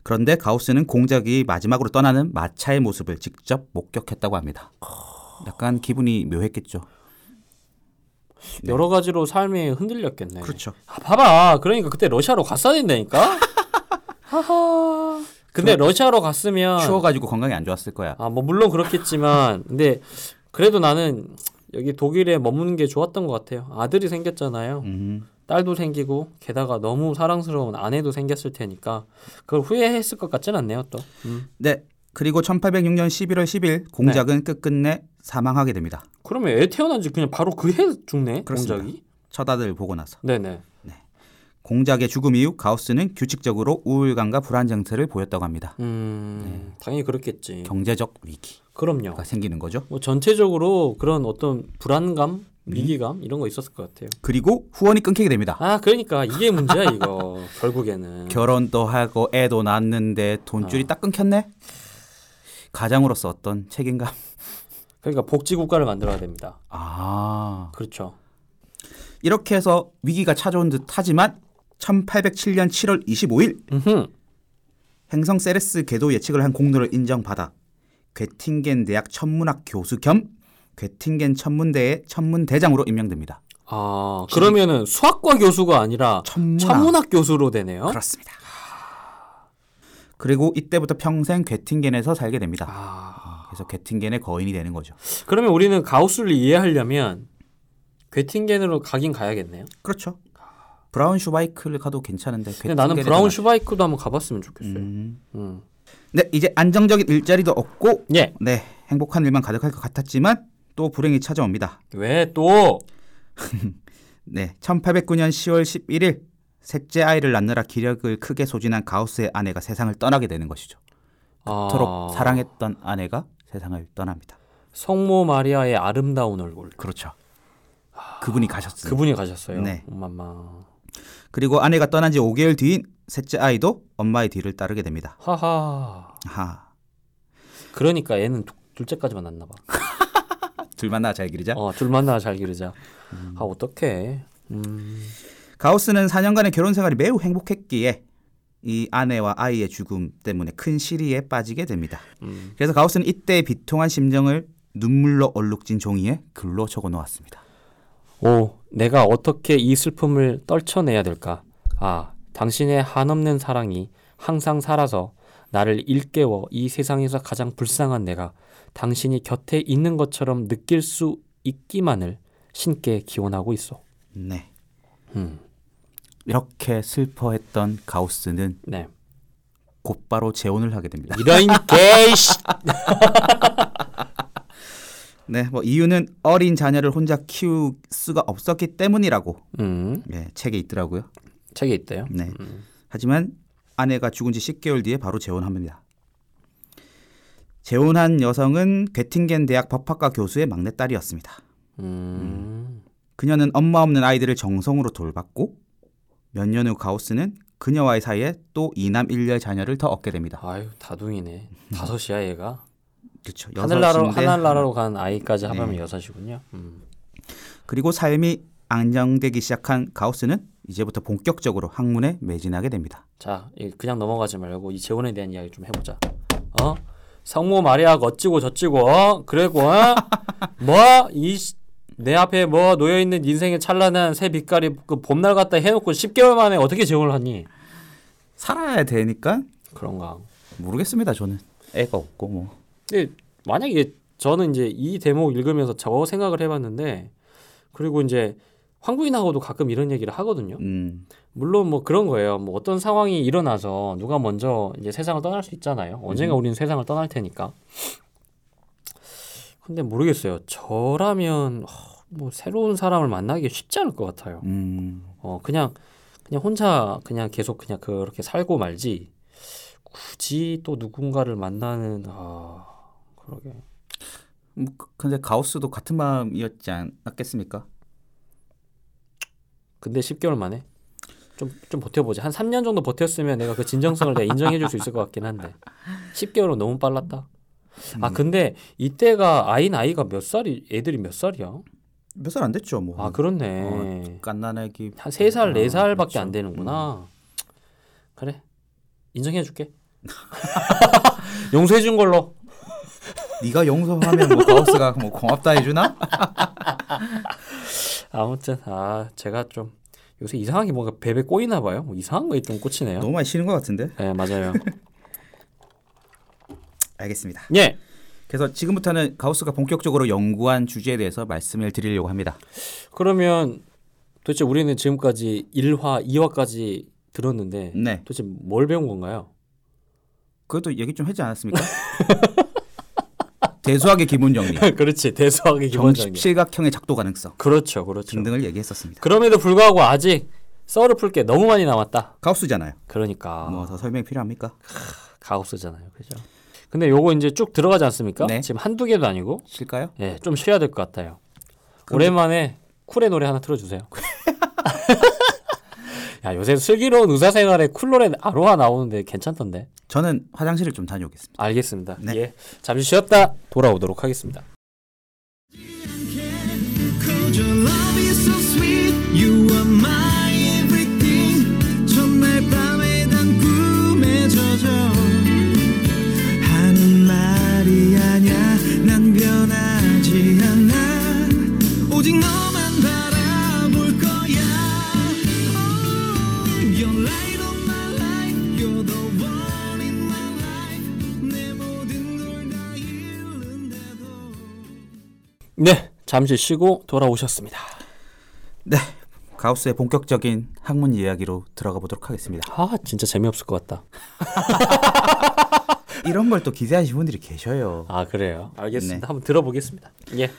그런데 가우스는 공작이 마지막으로 떠나는 마차의 모습을 직접 목격했다고 합니다. 약간 기분이 묘했겠죠. 여러 가지로 삶이 흔들렸겠네. 그렇죠. *laughs* 아, 봐봐. 그러니까 그때 러시아로 갔어야 된다니까. 하하. 근데 러시아로 갔으면 네. 추워가지고 건강이 안 좋았을 거야. 아, 뭐 물론 그렇겠지만 근데 그래도 나는 여기 독일에 머무는 게 좋았던 것 같아요. 아들이 생겼잖아요. 음. 딸도 생기고 게다가 너무 사랑스러운 아내도 생겼을 테니까 그걸 후회했을 것 같진 않네요, 또. 음. 네. 그리고 1806년 11월 10일 공작은 끝끝내 사망하게 됩니다. 그러면 애 태어난 지 그냥 바로 그 해 죽네, 그렇습니다. 공작이. 처다들 보고 나서 네, 네. 공작의 죽음 이후 가우스는 규칙적으로 우울감과 불안 증세를 보였다고 합니다. 음. 당연히 그렇겠지. 네. 경제적 위기가 그럼요. 생기는 거죠. 뭐 전체적으로 그런 어떤 음. 불안감, 위기감 이런 거 있었을 것 같아요. 그리고 후원이 끊기게 됩니다. 아, 그러니까 이게 문제야, *laughs* 이거. 결국에는. 결혼도 하고 애도 낳았는데 돈줄이 딱 끊겼네. 가장으로서 어떤 책임감. 그러니까 복지 국가를 만들어야 됩니다. 아 그렇죠. 이렇게 해서 위기가 찾아온 듯하지만 1807년 7월 25일 음흠. 행성 세레스 궤도 예측을 한 공로를 인정받아 괴팅겐 대학 천문학 교수 겸 괴팅겐 천문대의 천문대장으로 임명됩니다. 아, 그러면은 수학과 교수가 아니라 천문학. 천문학 교수로 되네요. 그렇습니다. 그리고 이때부터 평생 괴팅겐에서 살게 됩니다. 아, 그래서 괴팅겐의 거인이 되는 거죠. 그러면 우리는 가우스를 이해하려면 괴팅겐으로 가긴 가야겠네요. 그렇죠. 브라운 슈바이크를 가도 괜찮은데 근데 나는 괴팅겐에 브라운 가면- 슈바이크도 한번 가봤으면 좋겠어요. 음. 음. 네, 이제 안정적인 일자리도 없고 예. 네, 행복한 일만 가득할 것 같았지만 또 불행이 찾아옵니다. 왜 또? 네, 1809년 10월 11일 셋째 아이를 낳느라 기력을 크게 소진한 가우스의 아내가 세상을 떠나게 되는 것이죠. 아, 그토록 사랑했던 아내가 세상을 떠납니다. 성모 마리아의 아름다운 얼굴. 그렇죠. 그분이 가셨어요. 그분이 가셨어요. 네. 엄마마. 그리고 아내가 떠난 지 5개월 뒤인 셋째 아이도 엄마의 뒤를 따르게 됩니다. 아, 하하. 하, 그러니까 얘는 두- 둘째까지만 났나 봐. 둘 만나 잘 기르자. 어, 둘 만나 잘 기르자. 아, 어떡해. 음. 가우스는 4년간의 결혼 생활이 매우 행복했기에 이 아내와 아이의 죽음 때문에 큰 시리에 빠지게 됩니다. 음. 그래서 가우스는 이때의 비통한 심정을 눈물로 얼룩진 종이에 글로 적어 놓았습니다. 오, 내가 어떻게 이 슬픔을 떨쳐내야 될까? 아, 당신의 한없는 사랑이 항상 살아서 나를 일깨워 이 세상에서 가장 불쌍한 내가 당신이 곁에 있는 것처럼 느낄 수 있기만을 신께 기원하고 있어. 네. 음, 이렇게 슬퍼했던 가우스는 네. 곧바로 재혼을 하게 됩니다. 이런 개이씨. 네, 뭐 이유는 어린 자녀를 혼자 키울 수가 없었기 때문이라고 음, 예, 책에 있더라고요. 책에 있대요. 네. 하지만 아내가 죽은 지 10개월 뒤에 바로 재혼합니다. 재혼한 여성은 괴팅겐 대학 법학과 교수의 막내딸이었습니다. 음, 그녀는 엄마 없는 아이들을 정성으로 돌봤고 몇 년 후 가우스는 그녀와의 사이에 또 이남 일녀 자녀를 더 얻게 됩니다. 아유 다둥이네. 다섯이야 얘가. 그렇죠. 하늘나라로 여섯인데 하늘나라로 간 아이까지 합하면 여섯이군요. 음. 그리고 삶이 안정되기 시작한 가우스는 이제부터 본격적으로 학문에 매진하게 됩니다. 자, 이- 그냥 넘어가지 말고 이 재혼에 대한 이야기 좀 해보자. 어? 성모 마리아가 어찌고 저찌고 어? 그리고 뭐이내 앞에 뭐 놓여 있는 인생의 찬란한 새 빛깔이 그 봄날 같다 해놓고 10개월 만에 어떻게 재혼을 하니? 살아야 되니까 그런가. 모르겠습니다. 저는 애가 없고 뭐 근데 만약에 저는 이제 이 대목 읽으면서 저 생각을 해봤는데 그리고 이제 황부인하고도 가끔 이런 얘기를 하거든요. 음, 물론 뭐 그런 거예요. 뭐 어떤 상황이 일어나서 누가 먼저 이제 세상을 떠날 수 있잖아요. 언젠가 우리는 세상을 떠날 테니까. 근데 모르겠어요. 저라면 어, 뭐 새로운 사람을 만나기 쉽지 않을 것 같아요. 음, 어 그냥 그냥 혼자 그냥 계속 그냥 그렇게 살고 말지. 굳이 또 누군가를 만나는 아 그러게. 뭐 그- 근데 가우스도 같은 마음이었지 않았겠습니까? 근데 10개월 만에 좀 좀 버텨보자. 한 3년 정도 버텼으면 내가 그 진정성을 내가 인정해줄 수 있을 것 같긴 한데 10개월은 너무 빨랐다. 음. 아 근데 이때가 아이 나이가 몇 살이 애들이 몇 살이야? 몇 살 안 됐죠, 뭐. 아 그렇네. 갓난아기 한 3살, 아, 4살밖에 그렇죠. 안 되는구나. 그래. 인정해줄게. *laughs* 용서해준 걸로. 네가 용서하면 뭐 가우스가 뭐 고맙다 *laughs* 해주나? 아무튼 아 제가 좀 요새 이상하게 뭔가 배 배 꼬이나 봐요. 뭐 이상한 거에 좀 꽂히네요. *laughs* 너무 많이 쉬는 것 같은데. 네 맞아요. 알겠습니다. 예. 그래서 지금부터는 가우스가 본격적으로 연구한 주제에 대해서 말씀을 드리려고 합니다. 그러면 도대체 우리는 지금까지 1화, 2화까지 들었는데 네. 도대체 뭘 배운 건가요? 그것도 얘기 좀 하지 않았습니까? 대수학의 기본 정리, *laughs* 그렇지. 대수학의 기본적인 게. 정십시각형의 작도 가능성 그렇죠. 그렇죠. 등등을 얘기했었습니다. 그럼에도 불구하고 아직 썰을 풀 게 너무 많이 남았다. 가우스잖아요. 그러니까 뭐 더 설명이 필요합니까? 가업소잖아요. 그죠? 근데 요거 이제 쭉 들어가지 않습니까? 네. 지금 한두 개도 아니고 실까요? 예, 좀 쉬어야 될 것 같아요. 오랜만에 쿨의 노래 하나 틀어주세요. *laughs* 야 요새 슬기로운 의사생활에 쿨 노래 아로하 나오는데 괜찮던데. 저는 화장실을 좀 다녀오겠습니다. 알겠습니다. 네. 예, 잠시 쉬었다 돌아오도록 하겠습니다. Cause your love is so sweet You are my everything 첫날 밤에 난 꿈에 젖어 하는 말이 아냐 난 변하지 않아 오직 너만 바라볼 거야 Oh, You're light of my life You're the one in my life 내 모든 걸 다 잃는데도 네, 잠시 쉬고 돌아오셨습니다. 네. 가우스의 본격적인 학문 이야기로 들어가 보도록 하겠습니다. 아 진짜 재미없을 것 같다. 이런 걸 또 기대하시는 분들이 계셔요. 아 그래요. 알겠습니다. 네. 한번 들어보겠습니다. 예.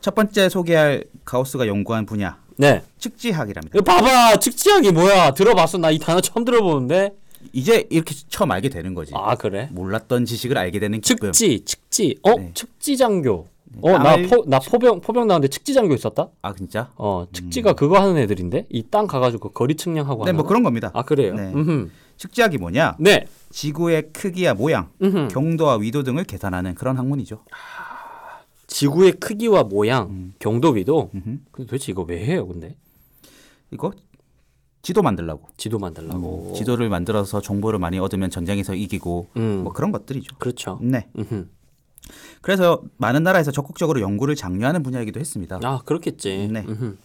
첫 번째 소개할 가우스가 연구한 분야, 네. 측지학이랍니다. 이거 봐봐 측지학이 뭐야? 들어봤어? 나 이 단어 처음 들어보는데. 이제 이렇게 처음 알게 되는 거지. 아 그래? 몰랐던 지식을 알게 되는 기쁨. 측지, 측지. 어, 네. 측지장교. 어, 나 땀을- 포, 나 포병 포병 나왔는데 측지장교 있었다? 아 진짜? 어, 측지가 그거 하는 애들인데 이 땅 가가지고 거리 측량하고 네, 하는. 뭐 그런 겁니다. 아 그래요. 네. 음흠. 측지학이 뭐냐? 네. 지구의 크기와 모양, 경도와 위도 등을 계산하는 그런 학문이죠. 지구의 크기와 모양, 음. 경도 위도. 근데 도대체 이거 왜 해요, 근데? 이거 지도 만들라고. 지도 만들라고. 음, 지도를 만들어서 정보를 많이 얻으면 전쟁에서 이기고 음. 뭐 그런 것들이죠. 그렇죠. 네. 음흠. 그래서 많은 나라에서 적극적으로 연구를 장려하는 분야이기도 했습니다. 아, 그렇겠지. 네. 음흠.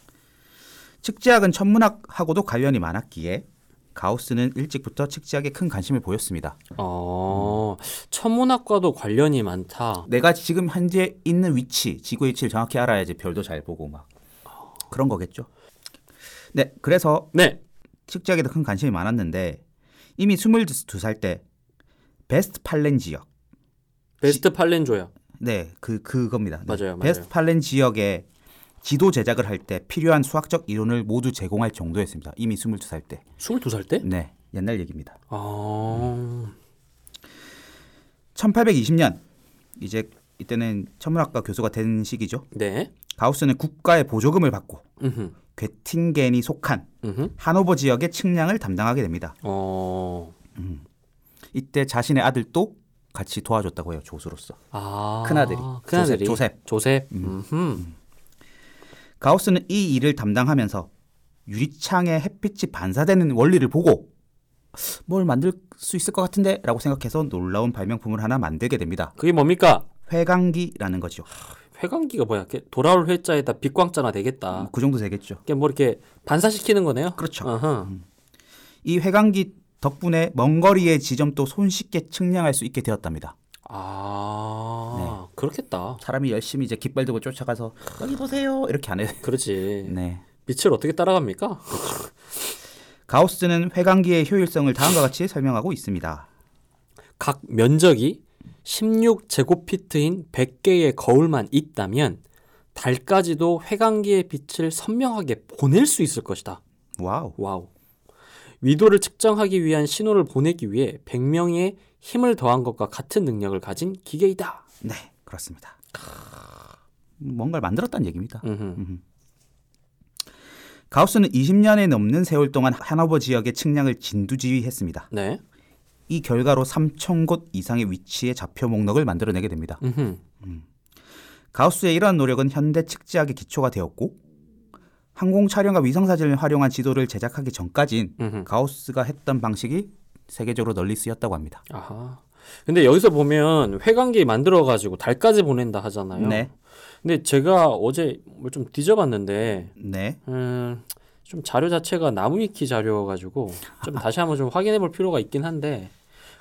측지학은 천문학하고도 관련이 많았기에 가우스는 일찍부터 측지학에 큰 관심을 보였습니다. 어, 음. 천문학과도 관련이 많다. 내가 지금 현재 있는 위치, 지구 위치를 정확히 알아야지 별도 잘 보고 막 그런 거겠죠. 네, 그래서 네. 측지학에도 큰 관심이 많았는데 이미 22살 때 베스트 팔렌 지역 베스트 팔렌조야. 네, 그 그겁니다. 네. 맞아요, 맞아요. 베스트 팔렌 지역에 지도 제작을 할 때 필요한 수학적 이론을 모두 제공할 정도였습니다. 이미 22살 때. 22살 때? 네, 옛날 얘기입니다. 아. 1820년 이제 이때는 천문학과 교수가 된 시기죠. 네. 가우스는 국가의 보조금을 받고 음흠. 괴팅겐이 속한 음흠. 하노버 지역의 측량을 담당하게 됩니다. 어. 이때 자신의 아들도 같이 도와줬다고 해요, 조수로서. 아. 큰아들이. 큰아들이. 조셉, 조셉. 음흠. 가우스는 이 일을 담당하면서 유리창에 햇빛이 반사되는 원리를 보고 뭘 만들 수 있을 것 같은데라고 생각해서 놀라운 발명품을 하나 만들게 됩니다. 그게 뭡니까? 회광기라는 거죠. 회광기가 뭐야? 이렇게 돌아올 회자에다 빛광자나 되겠다. 그 정도 되겠죠. 이게 뭐 이렇게 반사시키는 거네요. 그렇죠. 어허. 이 회광기 덕분에 먼 거리의 지점도 손쉽게 측량할 수 있게 되었답니다. 아 네. 그렇겠다. 사람이 열심히 이제 깃발 들고 쫓아가서 여기 보세요 이렇게 안 해요. 그렇지. 네. 빛을 어떻게 따라갑니까? 가우스는 회광기의 효율성을 다음과 같이 설명하고 있습니다. 각 면적이 16제곱피트인 100개의 거울만 있다면 달까지도 회광기의 빛을 선명하게 보낼 수 있을 것이다. 와우. 와우. 위도를 측정하기 위한 신호를 보내기 위해 100명의 힘을 더한 것과 같은 능력을 가진 기계이다. 네, 그렇습니다. 뭔가를 만들었다는 얘기입니다. 음흠. 가우스는 20년이 넘는 세월 동안 하노버 지역의 측량을 진두지휘했습니다. 네. 이 결과로 3천 곳 이상의 위치의 좌표 목록을 만들어내게 됩니다. 음흠. 가우스의 이러한 노력은 현대 측지학의 기초가 되었고 항공 촬영과 위성 사진을 활용한 지도를 제작하기 전까진 음흠. 가우스가 했던 방식이 세계적으로 널리 쓰였다고 합니다. 아하. 근데 여기서 보면 회광기 만들어 가지고 달까지 보낸다 하잖아요. 네, 근데 제가 어제 뭘 좀 뒤져봤는데 네, 음, 좀 자료 자체가 나무위키 자료여 가지고 좀 다시 한번 좀 확인해 볼 필요가 있긴 한데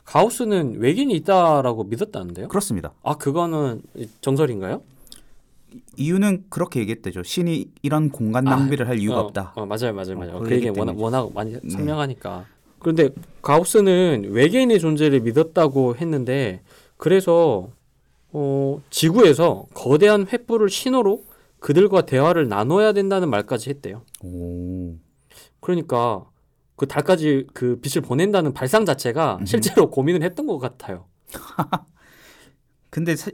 가우스는 외계인이 있다라고 믿었다는데요? 그렇습니다. 아 그거는 정설인가요? 이유는 그렇게 얘기했대죠. 신이 이런 공간 낭비를 할 이유가 어, 없다. 어, 맞아요, 맞아요, 맞아요. 어, 그 그렇기 네. 얘기 워낙 때문이죠. 워낙 많이 선명하니까. 그런데 가우스는 외계인의 존재를 믿었다고 했는데 그래서 어, 지구에서 거대한 횃불을 신호로 그들과 대화를 나눠야 된다는 말까지 했대요. 오. 그러니까 그 달까지 그 빛을 보낸다는 발상 자체가 실제로 고민을 했던 것 같아요. 근데 사-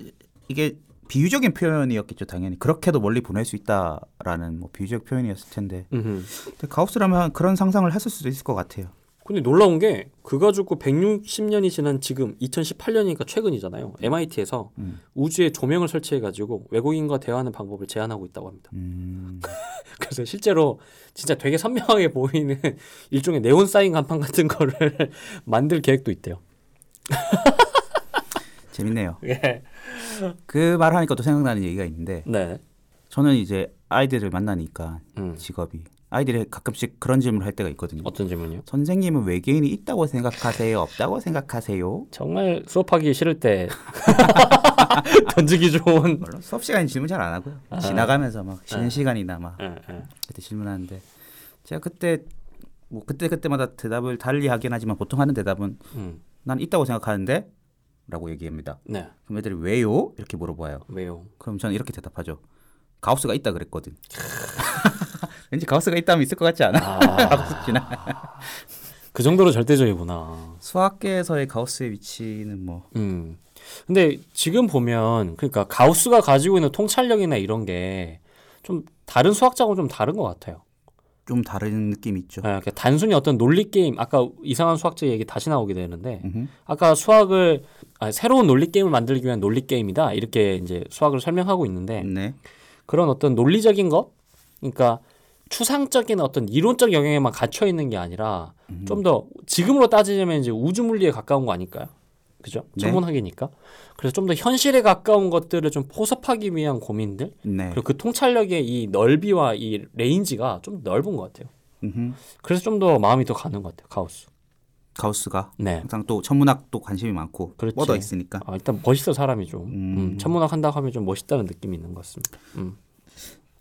이게 비유적인 표현이었겠죠, 당연히. 그렇게도 멀리 보낼 수 있다라는 뭐 비유적 표현이었을 텐데. 음흠. 근데 가우스라면 그런 상상을 했을 수도 있을 것 같아요. 근데 놀라운 게 그가 죽고 160년이 지난 지금 2018년이니까 최근이잖아요. MIT에서 음. 우주에 조명을 설치해 가지고 외국인과 대화하는 방법을 제안하고 있다고 합니다. *laughs* 음. 그래서 실제로 진짜 되게 선명하게 *laughs* 보이는 일종의 네온 사인 간판 같은 거를 *laughs* 만들 계획도 있대요. 재밌네요. *laughs* 예. 그 말 하니까 또 생각나는 얘기가 있는데 네. 저는 이제 아이들을 만나니까 음. 직업이 아이들이 가끔씩 그런 질문을 할 때가 있거든요. 어떤 질문이요? 선생님은 외계인이 있다고 생각하세요? 없다고 생각하세요? 정말 수업하기 싫을 *laughs* 때 던지기 좋은 물론 수업 시간에 질문 잘 안 하고요. 아. 지나가면서 막 쉬는 시간이나 막 예, 예. 그때 질문하는데 제가 그때 뭐 그때 그때마다 대답을 달리 하긴 하지만 보통 하는 대답은 음. 난 있다고 생각하는데라고 얘기합니다. 네. 그럼 애들이 왜요? 이렇게 물어봐요. 왜요? 그럼 저는 이렇게 대답하죠. 가우스가 있다 그랬거든. *laughs* 왠지 가우스가 있다면 있을 것 같지 않아? *laughs* 가우스 지나. 그 정도로 절대적이구나. 수학계에서의 가우스의 위치는 뭐 음. 근데 지금 보면 그러니까 가우스가 가지고 있는 통찰력이나 이런 게 좀 다른 수학자하고 좀 다른 것 같아요. 좀 다른 느낌이 있죠. 예, 그러니까 단순히 어떤 논리 게임 아까 이상한 수학자 얘기 다시 나오게 되는데 음흠. 아까 수학을 아, 새로운 논리 게임을 만들기 위한 논리 게임이다 이렇게 이제 수학을 설명하고 있는데 네. 그런 어떤 논리적인 것 그러니까 추상적인 어떤 이론적 영역에만 갇혀 있는 게 아니라 음. 좀 더 지금으로 따지자면 이제 우주 물리에 가까운 거 아닐까요? 그죠? 네. 천문학이니까. 그래서 좀 더 현실에 가까운 것들을 좀 포섭하기 위한 고민들 네. 그리고 그 통찰력의 이 넓이와 이 레인지가 좀 넓은 것 같아요. 음흠. 그래서 좀 더 마음이 더 가는 것 같아요. 가우스. 가우스가 네. 항상 또 천문학도 관심이 많고 그렇지. 뻗어 있으니까 아, 일단 멋있어 사람이 좀 음. 음, 천문학 한다고 하면 좀 멋있다는 느낌이 있는 것 같습니다. 음.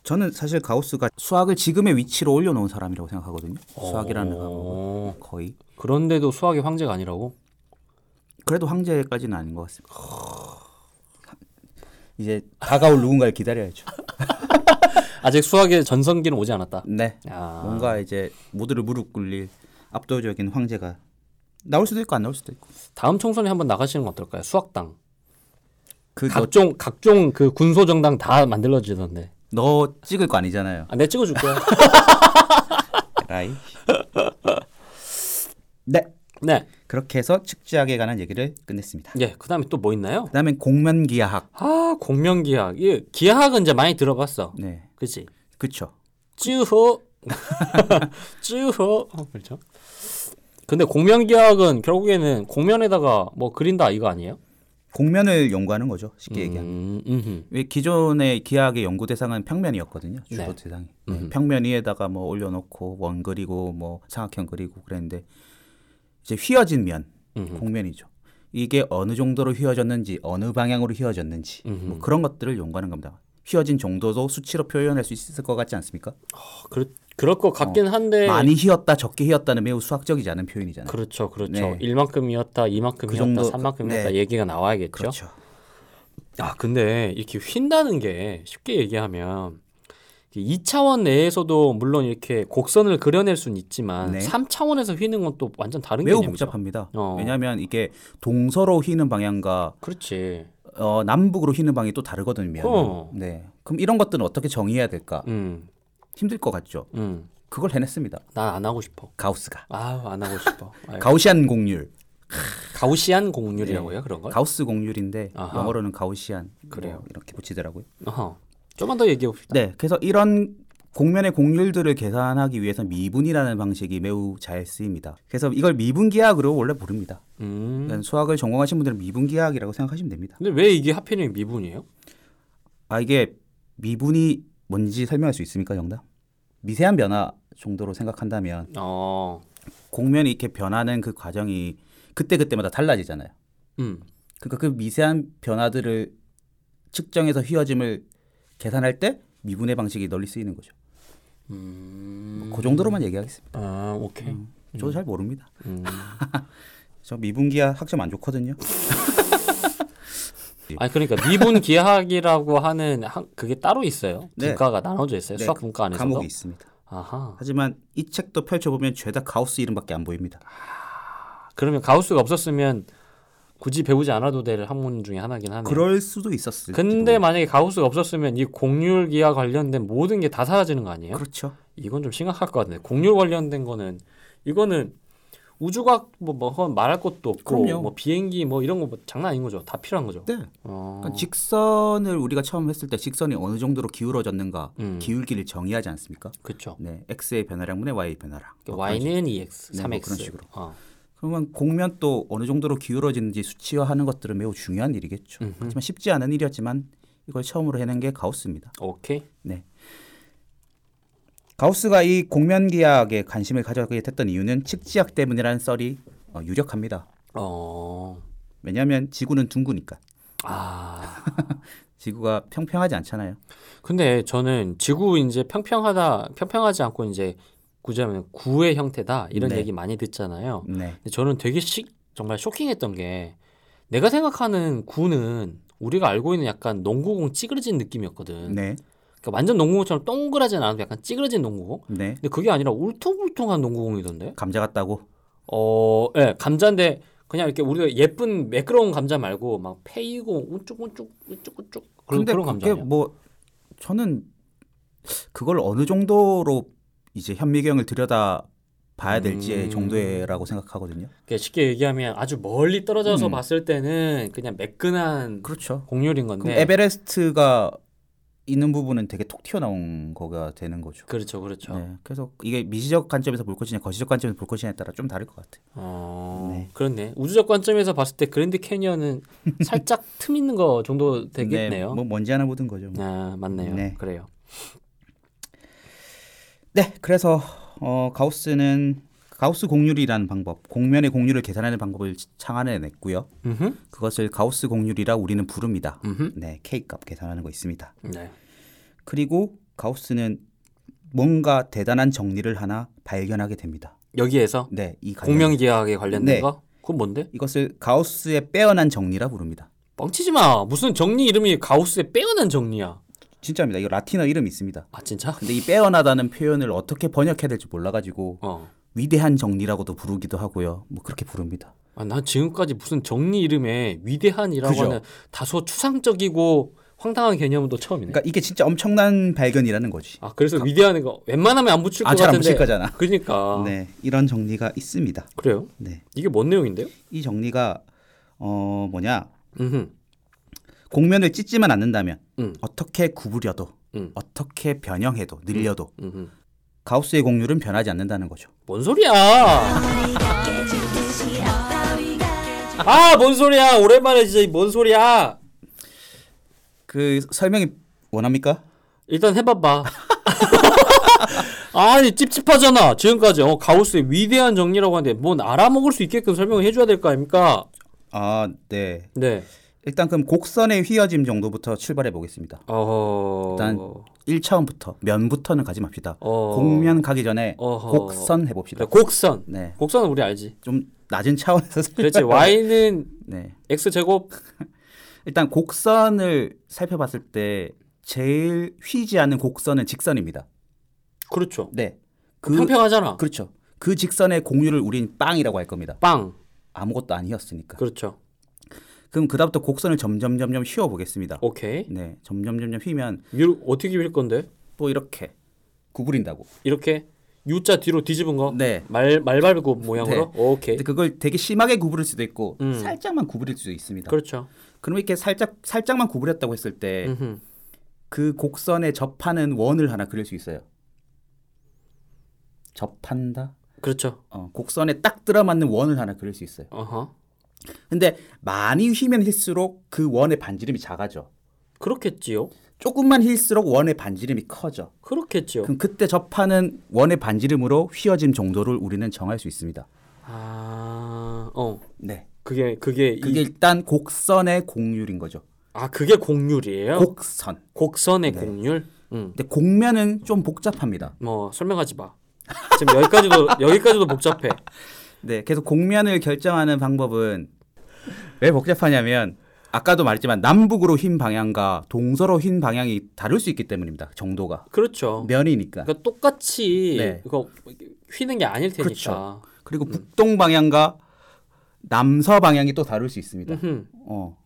저는 사실 가우스가 수학을 지금의 위치로 올려놓은 사람이라고 생각하거든요. 수학이라는 과목은 어, 거의 그런데도 수학의 황제가 아니라고? 그래도 황제까지는 아닌 것 같습니다. 이제 다가올 누군가를 기다려야죠. 아직 수학의 전성기는 오지 않았다. 네. 아. 뭔가 이제 모두를 무릎 꿇릴 압도적인 황제가 나올 수도 있고 안 나올 수도 있고. 다음 총선에 한번 나가시는 건 어떨까요? 수학당. 그 너 각종 각종 그 군소 정당 다 만들어지던데. 찍을 거 아니잖아요. 아, 내가 찍어줄 *laughs* 거야. 라이. 네. 네. 그렇게 해서 측지학에 관한 얘기를 끝냈습니다. 예. 그다음에 또 뭐 있나요? 그다음엔 공면기하학. 아, 공명기학. 예, 기하학은 이제 많이 들어봤어. 네. 그렇지. 그렇죠. 쯔호. *laughs* 쯔호. 어, 그렇죠. 근데 공명기학은 결국에는 공면에다가 뭐 그린다 이거 아니에요? 공면을 연구하는 거죠. 쉽게 얘기하면. 음, 음흠. 왜 기존의 기하학의 연구 대상은 평면이었거든요. 주로 네. 대상이 음. 평면 위에다가 뭐 올려놓고 원 그리고 뭐 삼각형 그리고 그랬는데 이제 휘어진 면 음흠. 공면이죠. 이게 어느 정도로 휘어졌는지 어느 방향으로 휘어졌는지 뭐 그런 것들을 연구하는 겁니다. 휘어진 정도도 수치로 표현할 수 있을 것 같지 않습니까? 어, 그렇 그럴 것 같긴 한데 어, 많이 휘었다 적게 휘었다는 매우 수학적이지 않은 표현이잖아요. 그렇죠, 그렇죠. 네. 일 1만큼이었다, 2만큼이었다, 그 정도- 3만큼이었다 네. 얘기가 나와야겠죠. 아, 근데 이렇게 휜다는 게 쉽게 얘기하면 2차원 내에서도 물론 이렇게 곡선을 그려낼 수는 있지만 네. 삼 3차원에서 휘는 건 또 완전 다른 매우 개념이죠. 복잡합니다. 어. 왜냐하면 이게 동서로 휘는 방향과 그렇지. 어, 남북으로 휘는 방이 또 다르거든요. 어. 네. 그럼 이런 것들은 어떻게 정의해야 될까? 음, 힘들 것 같죠. 음. 그걸 해냈습니다. 난 안 하고 싶어. 가우스가 아우, 안 하고 *laughs* 싶어. 아유, 가우시안 공률, 가우시안 공률이라고 네. 해요, 그런 걸? 가우스 공률인데 어? 아하. 영어로는 가우시안 그래요. 뭐 이렇게 붙이더라고요. 어허. 좀만 더 얘기해 봅시다. 네, 그래서 이런 공면의 공률들을 계산하기 위해서 미분이라는 방식이 매우 잘 쓰입니다. 그래서 이걸 미분기하학으로 원래 부릅니다. 음. 그러니까 수학을 전공하신 분들은 미분기하학이라고 생각하시면 됩니다. 근데 왜 이게 하필이면 미분이에요? 아 이게 미분이 뭔지 설명할 수 있습니까, 정답? 미세한 변화 정도로 생각한다면 어. 공면이 이렇게 변하는 그 과정이 그때 그때마다 달라지잖아요. 음. 그러니까 그 미세한 변화들을 측정해서 휘어짐을 계산할 때 미분의 방식이 널리 쓰이는 거죠. 그 정도로만 얘기하겠습니다. 아, 오케이. 저도 잘 모릅니다. 음. *laughs* 저 미분기야 학점 안 좋거든요. 아니 그러니까 미분 기하학이라고 하는 한- 그게 따로 있어요. 네. 분과가 나눠져 있어요. 네, 수학 분과 안에서도. 과목이 있습니다. 아하. 하지만 이 책도 펼쳐보면 죄다 가우스 이름밖에 안 보입니다. 아, 그러면 가우스가 없었으면 굳이 배우지 않아도 될 학문 중에 하나긴 하네요. 그럴 수도 있었을. 근데 만약에 가우스가 없었으면 이 곡률 기하 관련된 모든 게 다 사라지는 거 아니에요? 그렇죠. 이건 좀 심각할 것 같은데 곡률 관련된 거는 이거는 우주과학 뭐, 뭐 그건 말할 것도 없고 그럼요. 뭐 비행기 뭐 이런 거뭐 장난 아닌 거죠. 다 필요한 거죠. 네. 어. 그러니까 직선을 우리가 처음 했을 때 직선이 어느 정도로 기울어졌는가 음. 기울기를 정의하지 않습니까? 그렇죠. 네, x의 변화량분의 y의 변화량. 뭐 그런 식으로. y는 2x, 네, 3x 뭐 그런 식으로. 어. 그러면 공면 또 어느 정도로 기울어지는지 수치화하는 것들은 매우 중요한 일이겠죠. 하지만 쉽지 않은 일이었지만 이걸 처음으로 해낸 게 가우스입니다. 오케이. 네. 가우스가 이 공면기하학에 관심을 가져게 됐던 이유는 측지학 때문이라는 썰이 어, 유력합니다. 어. 왜냐하면 지구는 둥구니까. 아. 지구가 평평하지 않잖아요. 근데 저는 지구 이제 평평하다 평평하지 않고 이제 구자면 구의 형태다 이런 네. 얘기 많이 듣잖아요. 네. 근데 저는 되게 시, 정말 쇼킹했던 게 내가 생각하는 구는 우리가 알고 있는 약간 농구공 찌그러진 느낌이었거든. 네. 그러니까 완전 농구공처럼 동그라진 않아도 약간 찌그러진 농구공. 네. 근데 그게 아니라 울퉁불퉁한 농구공이던데. 감자 같다고. 어, 예, 감자인데 그냥 이렇게 우리가 예쁜 매끄러운 감자 말고 막 페이고 운쭉운쭉 운쭉운쭉 그런 그런 감자 아니야? 뭐 저는 그걸 어느 정도로 이제 현미경을 들여다 봐야 될지 음. 정도라고 생각하거든요. 그러니까 쉽게 얘기하면 아주 멀리 떨어져서 음. 봤을 때는 그냥 매끈한 그렇죠. 곡률인 그럼 건데. 에베레스트가 있는 부분은 되게 톡 튀어나온 거가 되는 거죠. 그렇죠, 그렇죠. 네, 그래서 이게 미시적 관점에서 볼 것이냐 거시적 관점에서 볼 것이냐에 따라 좀 다를 것 같아요. 어, 네. 그렇네. 우주적 관점에서 봤을 때 그랜드 캐니언은 *laughs* 살짝 틈 있는 거 정도 되겠네요. 네, 뭐 먼지 하나 묻은 거죠. 뭐. 아, 맞네요. 네. 그래요. 네, 그래서 어, 가우스는 가우스 공률이라는 방법, 공면의 공률을 계산하는 방법을 창안해냈고요. 음흠. 그것을 가우스 공률이라 우리는 부릅니다. 음흠. 네, k 값 계산하는 거 있습니다. 네. 그리고 가우스는 뭔가 대단한 정리를 하나 발견하게 됩니다. 여기에서 네, 이 관련- 공명기하학에 관련된 네. 거? 그건 뭔데? 이것을 가우스의 빼어난 정리라 부릅니다. 뻥치지 마. 무슨 정리 이름이 가우스의 빼어난 정리야. 진짜입니다. 이거 라틴어 이름 있습니다. 아 진짜? 근데 이 빼어나다는 표현을 어떻게 번역해야 될지 몰라가지고 어. 위대한 정리라고도 부르기도 하고요. 뭐 그렇게 부릅니다. 아, 난 지금까지 무슨 정리 이름에 위대한이라고 그죠. 하는 다소 추상적이고 황당한 개념도 처음이네. 그러니까 이게 진짜 엄청난 발견이라는 거지. 아 그래서 위대한 거 웬만하면 안 붙일 것 아, 잘안 같은데. 붙일 거잖아. 그러니까. 네, 이런 정리가 있습니다. 그래요? 네, 이게 뭔 내용인데요? 이 정리가 어 뭐냐 음. 공면을 찢지만 않는다면 음. 어떻게 구부려도 음. 어떻게 변형해도 늘려도 음. 가우스의 공률은 변하지 않는다는 거죠. 뭔 소리야? 아, 뭔 소리야? 오랜만에 진짜 이뭔 소리야? 그 설명이 원합니까? 일단 해봐봐. *laughs* 아니 찝찝하잖아. 지금까지 어, 가우스의 위대한 정리라고 하는데 뭔 알아먹을 수 있게끔 설명을 해줘야 될 거 아닙니까? 아, 네. 네. 일단 그럼 곡선의 휘어짐 정도부터 출발해 보겠습니다. 어. 일단 1차원부터 면부터는 가지 맙시다. 어. 공면 가기 전에 어허. 곡선 해봅시다. 그래, 곡선. 네, 곡선은 우리 *laughs* 알지. 좀 낮은 차원에서 그렇지. 설명을- y는 네, x 제곱. 일단 곡선을 살펴봤을 때 제일 휘지 않은 곡선은 직선입니다. 그렇죠. 네, 그 평평하잖아. 그렇죠. 그 직선의 공유를 우린 빵이라고 할 겁니다. 빵. 아무것도 아니었으니까. 그렇죠. 그럼 그다음부터 곡선을 점점 점점 휘어 보겠습니다. 오케이. 네, 점점 점점 휘면 유 어떻게 밀 건데? 또 이렇게 구부린다고. 이렇게 U자 뒤로 뒤집은 거. 네. 말 말발굽 모양으로. 오케이. 근데 그걸 되게 심하게 구부릴 수도 있고 음. 살짝만 구부릴 수도 있습니다. 그렇죠. 그럼 이렇게 살짝 살짝만 구부렸다고 했을 때 그 음흠. 곡선에 접하는 원을 하나 그릴 수 있어요. 접한다. 그렇죠. 어, 곡선에 딱 들어맞는 원을 하나 그릴 수 있어요. 어허. 근데 많이 휘면 힐수록 그 원의 반지름이 작아져. 그렇겠지요. 조금만 힐수록 원의 반지름이 커져. 그렇겠지요. 그럼 그때 접하는 원의 반지름으로 휘어진 정도를 우리는 정할 수 있습니다. 아, 어. 네. 그게 그게 그게 이, 일단 곡선의 공률인 거죠. 아 그게 공률이에요? 곡선. 네. 네. 곡선의 공률. 음. 근데 곡면은 좀 복잡합니다. 뭐 설명하지 *laughs* 마. 지금 여기까지도 여기까지도 복잡해. 네. 그래서 곡면을 결정하는 방법은 왜 복잡하냐면 아까도 말했지만 남북으로 흰 방향과 동서로 흰 방향이 다를 수 있기 때문입니다. 정도가 그렇죠. 면이니까. 그러니까 똑같이 네. 이거 휘는 게 아닐 테니까. 그렇죠. 그리고 북동 방향과 남서 방향이 또 다를 수 있습니다. 음. 어.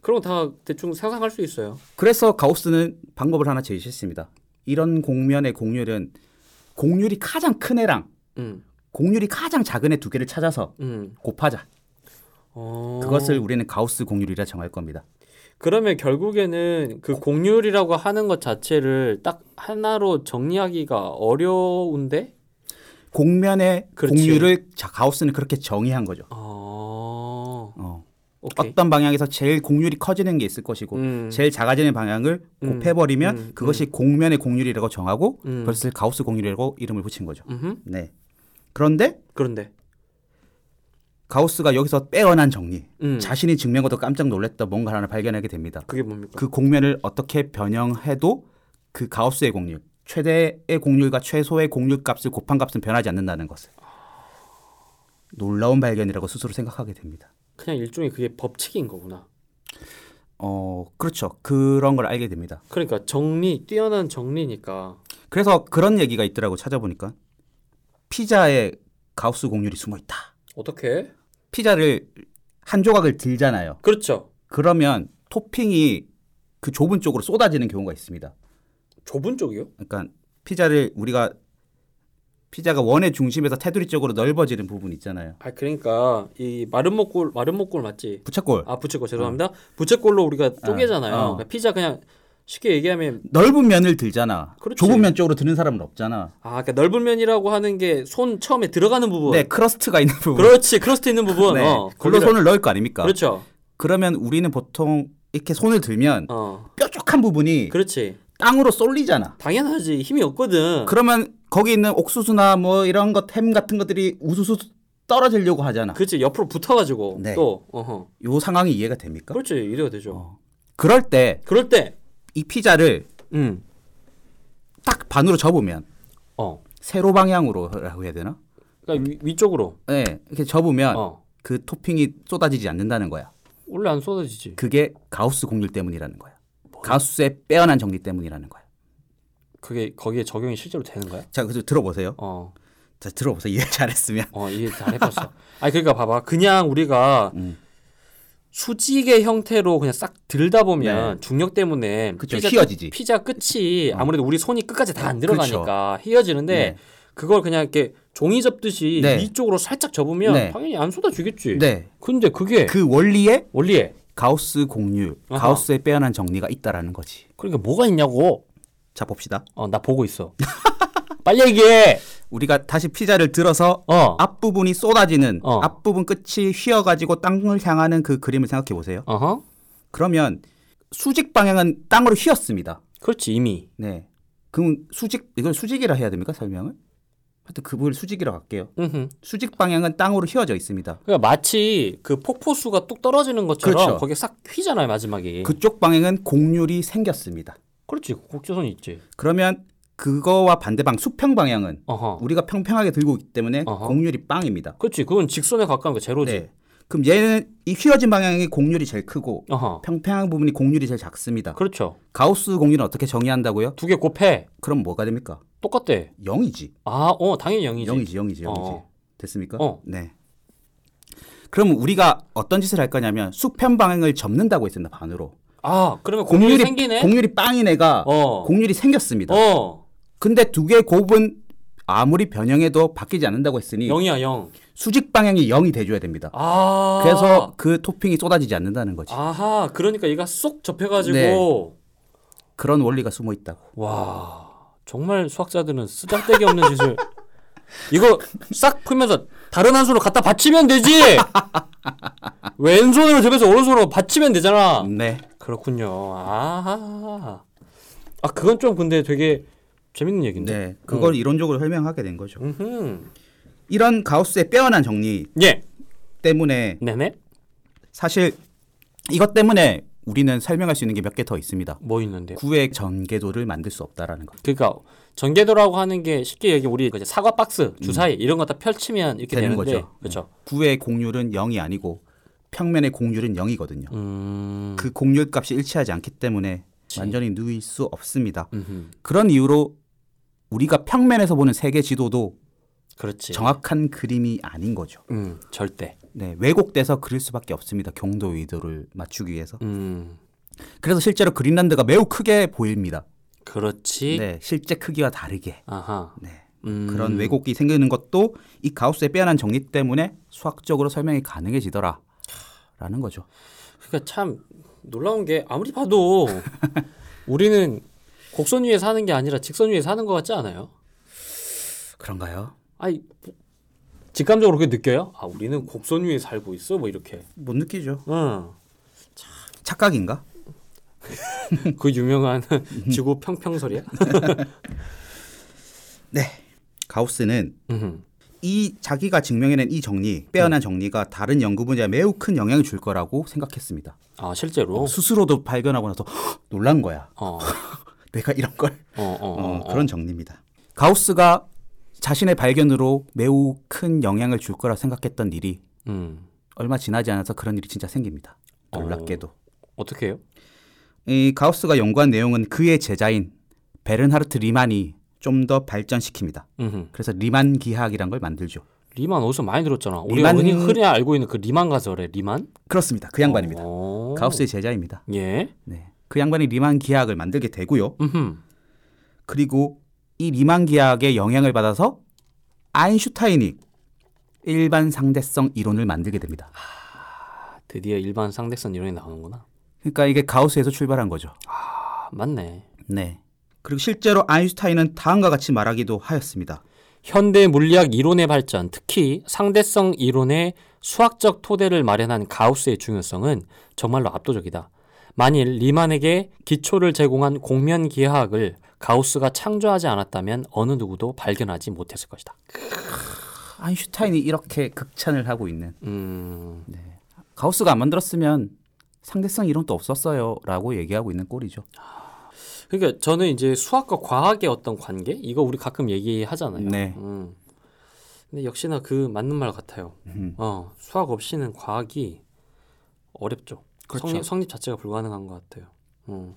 그럼 다 대충 상상할 수 있어요. 그래서 가우스는 방법을 하나 제시했습니다. 이런 공면의 공률은 공률이 가장 큰 애랑 음. 공률이 가장 작은 애 두 개를 찾아서 음. 곱하자. 어. 그것을 우리는 가우스 공률이라 정할 겁니다. 그러면 결국에는 그 공률이라고 하는 것 자체를 딱 하나로 정리하기가 어려운데. 공면의 그렇지. 공률을 자, 가우스는 그렇게 정의한 거죠. 어. 어. 오케이. 어떤 방향에서 제일 공률이 커지는 게 있을 것이고 음. 제일 작아지는 방향을 음. 곱해버리면 음. 그것이 공면의 공률이라고 정하고 음. 그것을 가우스 공률이라고 이름을 붙인 거죠. 음흠. 네. 그런데 그런데. 가우스가 여기서 빼어난 정리, 음. 자신이 증명하고 깜짝 놀랐던 뭔가 하나 발견하게 됩니다. 그게 뭡니까? 그 공면을 어떻게 변형해도 그 가우스의 공률, 최대의 공률과 최소의 공률 값을 곱한 값은 변하지 않는다는 것을 놀라운 발견이라고 스스로 생각하게 됩니다. 그냥 일종의 그게 법칙인 거구나. 어, 그렇죠. 그런 걸 알게 됩니다. 그러니까 정리 뛰어난 정리니까. 그래서 그런 얘기가 있더라고 찾아보니까 피자에 가우스 공률이 숨어 있다. 어떻게? 피자를 한 조각을 들잖아요. 그렇죠. 그러면 토핑이 그 좁은 쪽으로 쏟아지는 경우가 있습니다. 좁은 쪽이요? 그러니까 피자를 우리가 피자가 원의 중심에서 테두리 쪽으로 넓어지는 부분 있잖아요. 아 그러니까 이 마른 목골 마른 목골 맞지? 부채꼴. 아 부채꼴 죄송합니다. 부채꼴로 우리가 쪼개잖아요. 어. 그러니까 피자 그냥 쉽게 얘기하면 넓은 면을 들잖아. 그렇지. 좁은 면 쪽으로 드는 사람은 없잖아. 아 그러니까 넓은 면이라고 하는 게 손 처음에 들어가는 부분. 네, 크러스트가 있는 부분. 그렇지 크러스트 있는 부분. 네, 어, 그걸로 거기를- 손을 넣을 거 아닙니까? 그렇죠. 그러면 우리는 보통 이렇게 손을 들면 어 뾰족한 부분이 그렇지. 어. 땅으로 쏠리잖아. 당연하지 힘이 없거든. 그러면 거기 있는 옥수수나 뭐 이런 것, 햄 같은 것들이 우수수 떨어지려고 하잖아. 그렇지 옆으로 붙어가지고 네. 그러니까? 또 어허. 요 상황이 이해가 됩니까? 어. 그렇지 이래가 되죠. 그럴 때 이 그럴 때 피자를 음. 딱 반으로 접으면 어. 세로 방향으로라고 해야 되나? 그러니까 위, 위쪽으로. 네, 이렇게 접으면 어. 그 토핑이 쏟아지지 않는다는 거야. 원래 안 쏟아지지. 그게 가우스 공률 때문이라는 거야. 가우스의 빼어난 정리 때문이라는 거야. 그게 거기에 적용이 실제로 되는 거야? 자, 그래서 들어보세요. 어. 자, 들어보세요. 이해 *laughs* 잘했으면. 어, 이해 잘 해봤어. 아니, 그러니까 봐봐. 그냥 우리가 음. 수직의 형태로 그냥 싹 들다 보면 중력 때문에 네. 그쵸, 피자 끝- 휘어지지. 어. 피자 끝이 아무래도 우리 손이 끝까지 다 안 들어가니까 휘어지는데 네. 그걸 그냥 이렇게 종이 접듯이 네. 위쪽으로 살짝 접으면 네. 당연히 안 쏟아지겠지. 네. 근데 그게 그 원리에 원리에 가우스 공률, 아하. 가우스의 빼어난 정리가 있다라는 거지. 그러니까 뭐가 있냐고. 자, 봅시다. 어, 나 보고 있어. *laughs* 빨리 얘기해. 우리가 다시 피자를 들어서 어. 앞부분이 쏟아지는 어. 앞부분 끝이 휘어가지고 땅을 향하는 그 그림을 생각해 보세요. 어허. 그러면 수직 방향은 땅으로 휘었습니다. 그렇지, 이미. 네. 그럼 수직 이걸 수직이라 해야 됩니까 설명을? 하여튼 그 부분을 수직이라고 할게요. 음흠. 수직 방향은 땅으로 휘어져 있습니다. 그러니까 마치 그 폭포수가 뚝 떨어지는 것처럼 그렇죠. 거기에 싹 휘잖아요 마지막에 그쪽 방향은 공률이 생겼습니다. 그렇지 국제선 있지 그러면 그거와 반대방 수평 방향은 어허 우리가 평평하게 들고 있기 때문에 어허. 공률이 빵입니다. 그렇지 그건 직선에 가까운 거 제로지 네. 그럼 얘는 이 휘어진 방향이 공률이 제일 크고 어허 평평한 부분이 공률이 제일 작습니다. 그렇죠 가우스 공률은 어떻게 정의한다고요? 두 개 곱해 그럼 뭐가 됩니까? 똑같대 0이지. 아어 당연히 영이지 0이지, 0이지, 0이지. 어. 됐습니까? 어. 네. 그럼 우리가 어떤 짓을 할 거냐면 수평 방향을 접는다고 했었나 반으로. 아 그러면 공률이 생기네 공률이 빵인 애가 어. 공률이 생겼습니다. 어 근데 두 개의 곱은 아무리 변형해도 바뀌지 않는다고 했으니 영이야 영 수직 방향이 0이 돼줘야 됩니다. 아 그래서 그 토핑이 쏟아지지 않는다는 거지. 아하 그러니까 얘가 쏙 접혀가지고 네. 그런 원리가 숨어 있다고. 와 정말 수학자들은 쓰잘데기 없는 짓을 *laughs* 이거 싹 풀면서 다른 한 손으로 갖다 받치면 되지 *laughs* 왼손으로 접해서 오른손으로 받치면 되잖아 네. 그렇군요 아하 아 그건 좀 근데 되게 재밌는 얘기인데 음. 네. 그걸 이론적으로 설명하게 된 거죠. 음흠. 이런 가우스의 빼어난 정리 예 때문에 네네. 사실 이것 때문에 우리는 설명할 수 있는 게 몇 개 더 있습니다. 뭐 있는데? 요 구획 전개도를 만들 수 없다라는 거. 그러니까 전개도라고 하는 게 쉽게 얘기 우리 이제 사과 박스 주사위 이런 거 다 펼치면 이렇게 음. 되는 되는데 거죠. 네. 그렇죠. 구획 공률은 0이 아니고 평면의 공률은 0이거든요. 음. 그 공률 값이 일치하지 않기 때문에 완전히 누일 수 없습니다. 음흠. 그런 이유로 우리가 평면에서 보는 세계 지도도 그렇지. 정확한 그림이 아닌 거죠. 음, 절대. 네, 왜곡돼서 그릴 수밖에 없습니다. 경도 위도를 맞추기 위해서. 음. 그래서 실제로 그린란드가 매우 크게 보입니다. 그렇지. 네, 실제 크기와 다르게. 아하. 네. 음. 그런 왜곡이 생기는 것도 이 가우스의 빼어난 정리 때문에 수학적으로 설명이 가능해지더라. 라는 거죠. 그러니까 참 놀라운 게 아무리 *laughs* 봐도 우리는 곡선 위에 사는 게 아니라 직선 위에 사는 것 같지 않아요? 그런가요? 아니 직감적으로 그렇게 느껴요? 아 우리는 곡선 위에 살고 있어 뭐 이렇게. 못 느끼죠. 응. *laughs* 착각인가? 그 *laughs* 유명한 지구 평평설이야? 네. 가우스는 음. 이 자기가 증명해낸 이 정리, 빼어난 정리가 다른 연구 분야에 매우 큰 영향을 줄 거라고 생각했습니다. 아 실제로. 어. 스스로도 발견하고 나서 헉, 놀란 거야. 어. 내가 이런 걸. 어, 어, *laughs* 어, 어, 어. 그런 정리입니다. 가우스가 자신의 발견으로 매우 큰 영향을 줄 거라 생각했던 일이 음. 얼마 지나지 않아서 그런 일이 진짜 생깁니다. 놀랍게도. 어떻게 해요? 이 가우스가 연구한 내용은 그의 제자인 베른하르트 리만이 좀 더 발전시킵니다. 음. 그래서 리만 기하학이란 걸 만들죠. 리만 어디서 많이 들었잖아. 우리가 리만- 흔히, 흔히 알고 있는 그 리만 가설의 리만? 그렇습니다. 그 양반입니다. 어. 가우스의 제자입니다. 예. 네. 그 양반이 리만 기하학을 만들게 되고요. 음. 그리고 이 리만 기하학의 영향을 받아서 아인슈타인이 일반 상대성 이론을 만들게 됩니다. 드디어 일반 상대선 이론이 나오는구나. 그러니까 이게 가우스에서 출발한 거죠. 아, 맞네. 네. 그리고 실제로 아인슈타인은 다음과 같이 말하기도 하였습니다. 현대 물리학 이론의 발전, 특히 상대성 이론의 수학적 토대를 마련한 가우스의 중요성은 정말로 압도적이다. 만일 리만에게 기초를 제공한 공면 기하학을 가우스가 창조하지 않았다면 어느 누구도 발견하지 못했을 것이다. 아인슈타인이 이렇게 극찬을 하고 있는 음, 가우스가 안 만들었으면 상대성 이론도 없었어요라고 얘기하고 있는 꼴이죠. 그러니까 저는 이제 수학과 과학의 어떤 관계 이거 우리 가끔 얘기하잖아요. 네. 음. 근데 역시나 그 맞는 말 같아요. 음. 어, 수학 없이는 과학이 어렵죠. 그렇죠. 성립, 성립 자체가 불가능한 것 같아요. 음.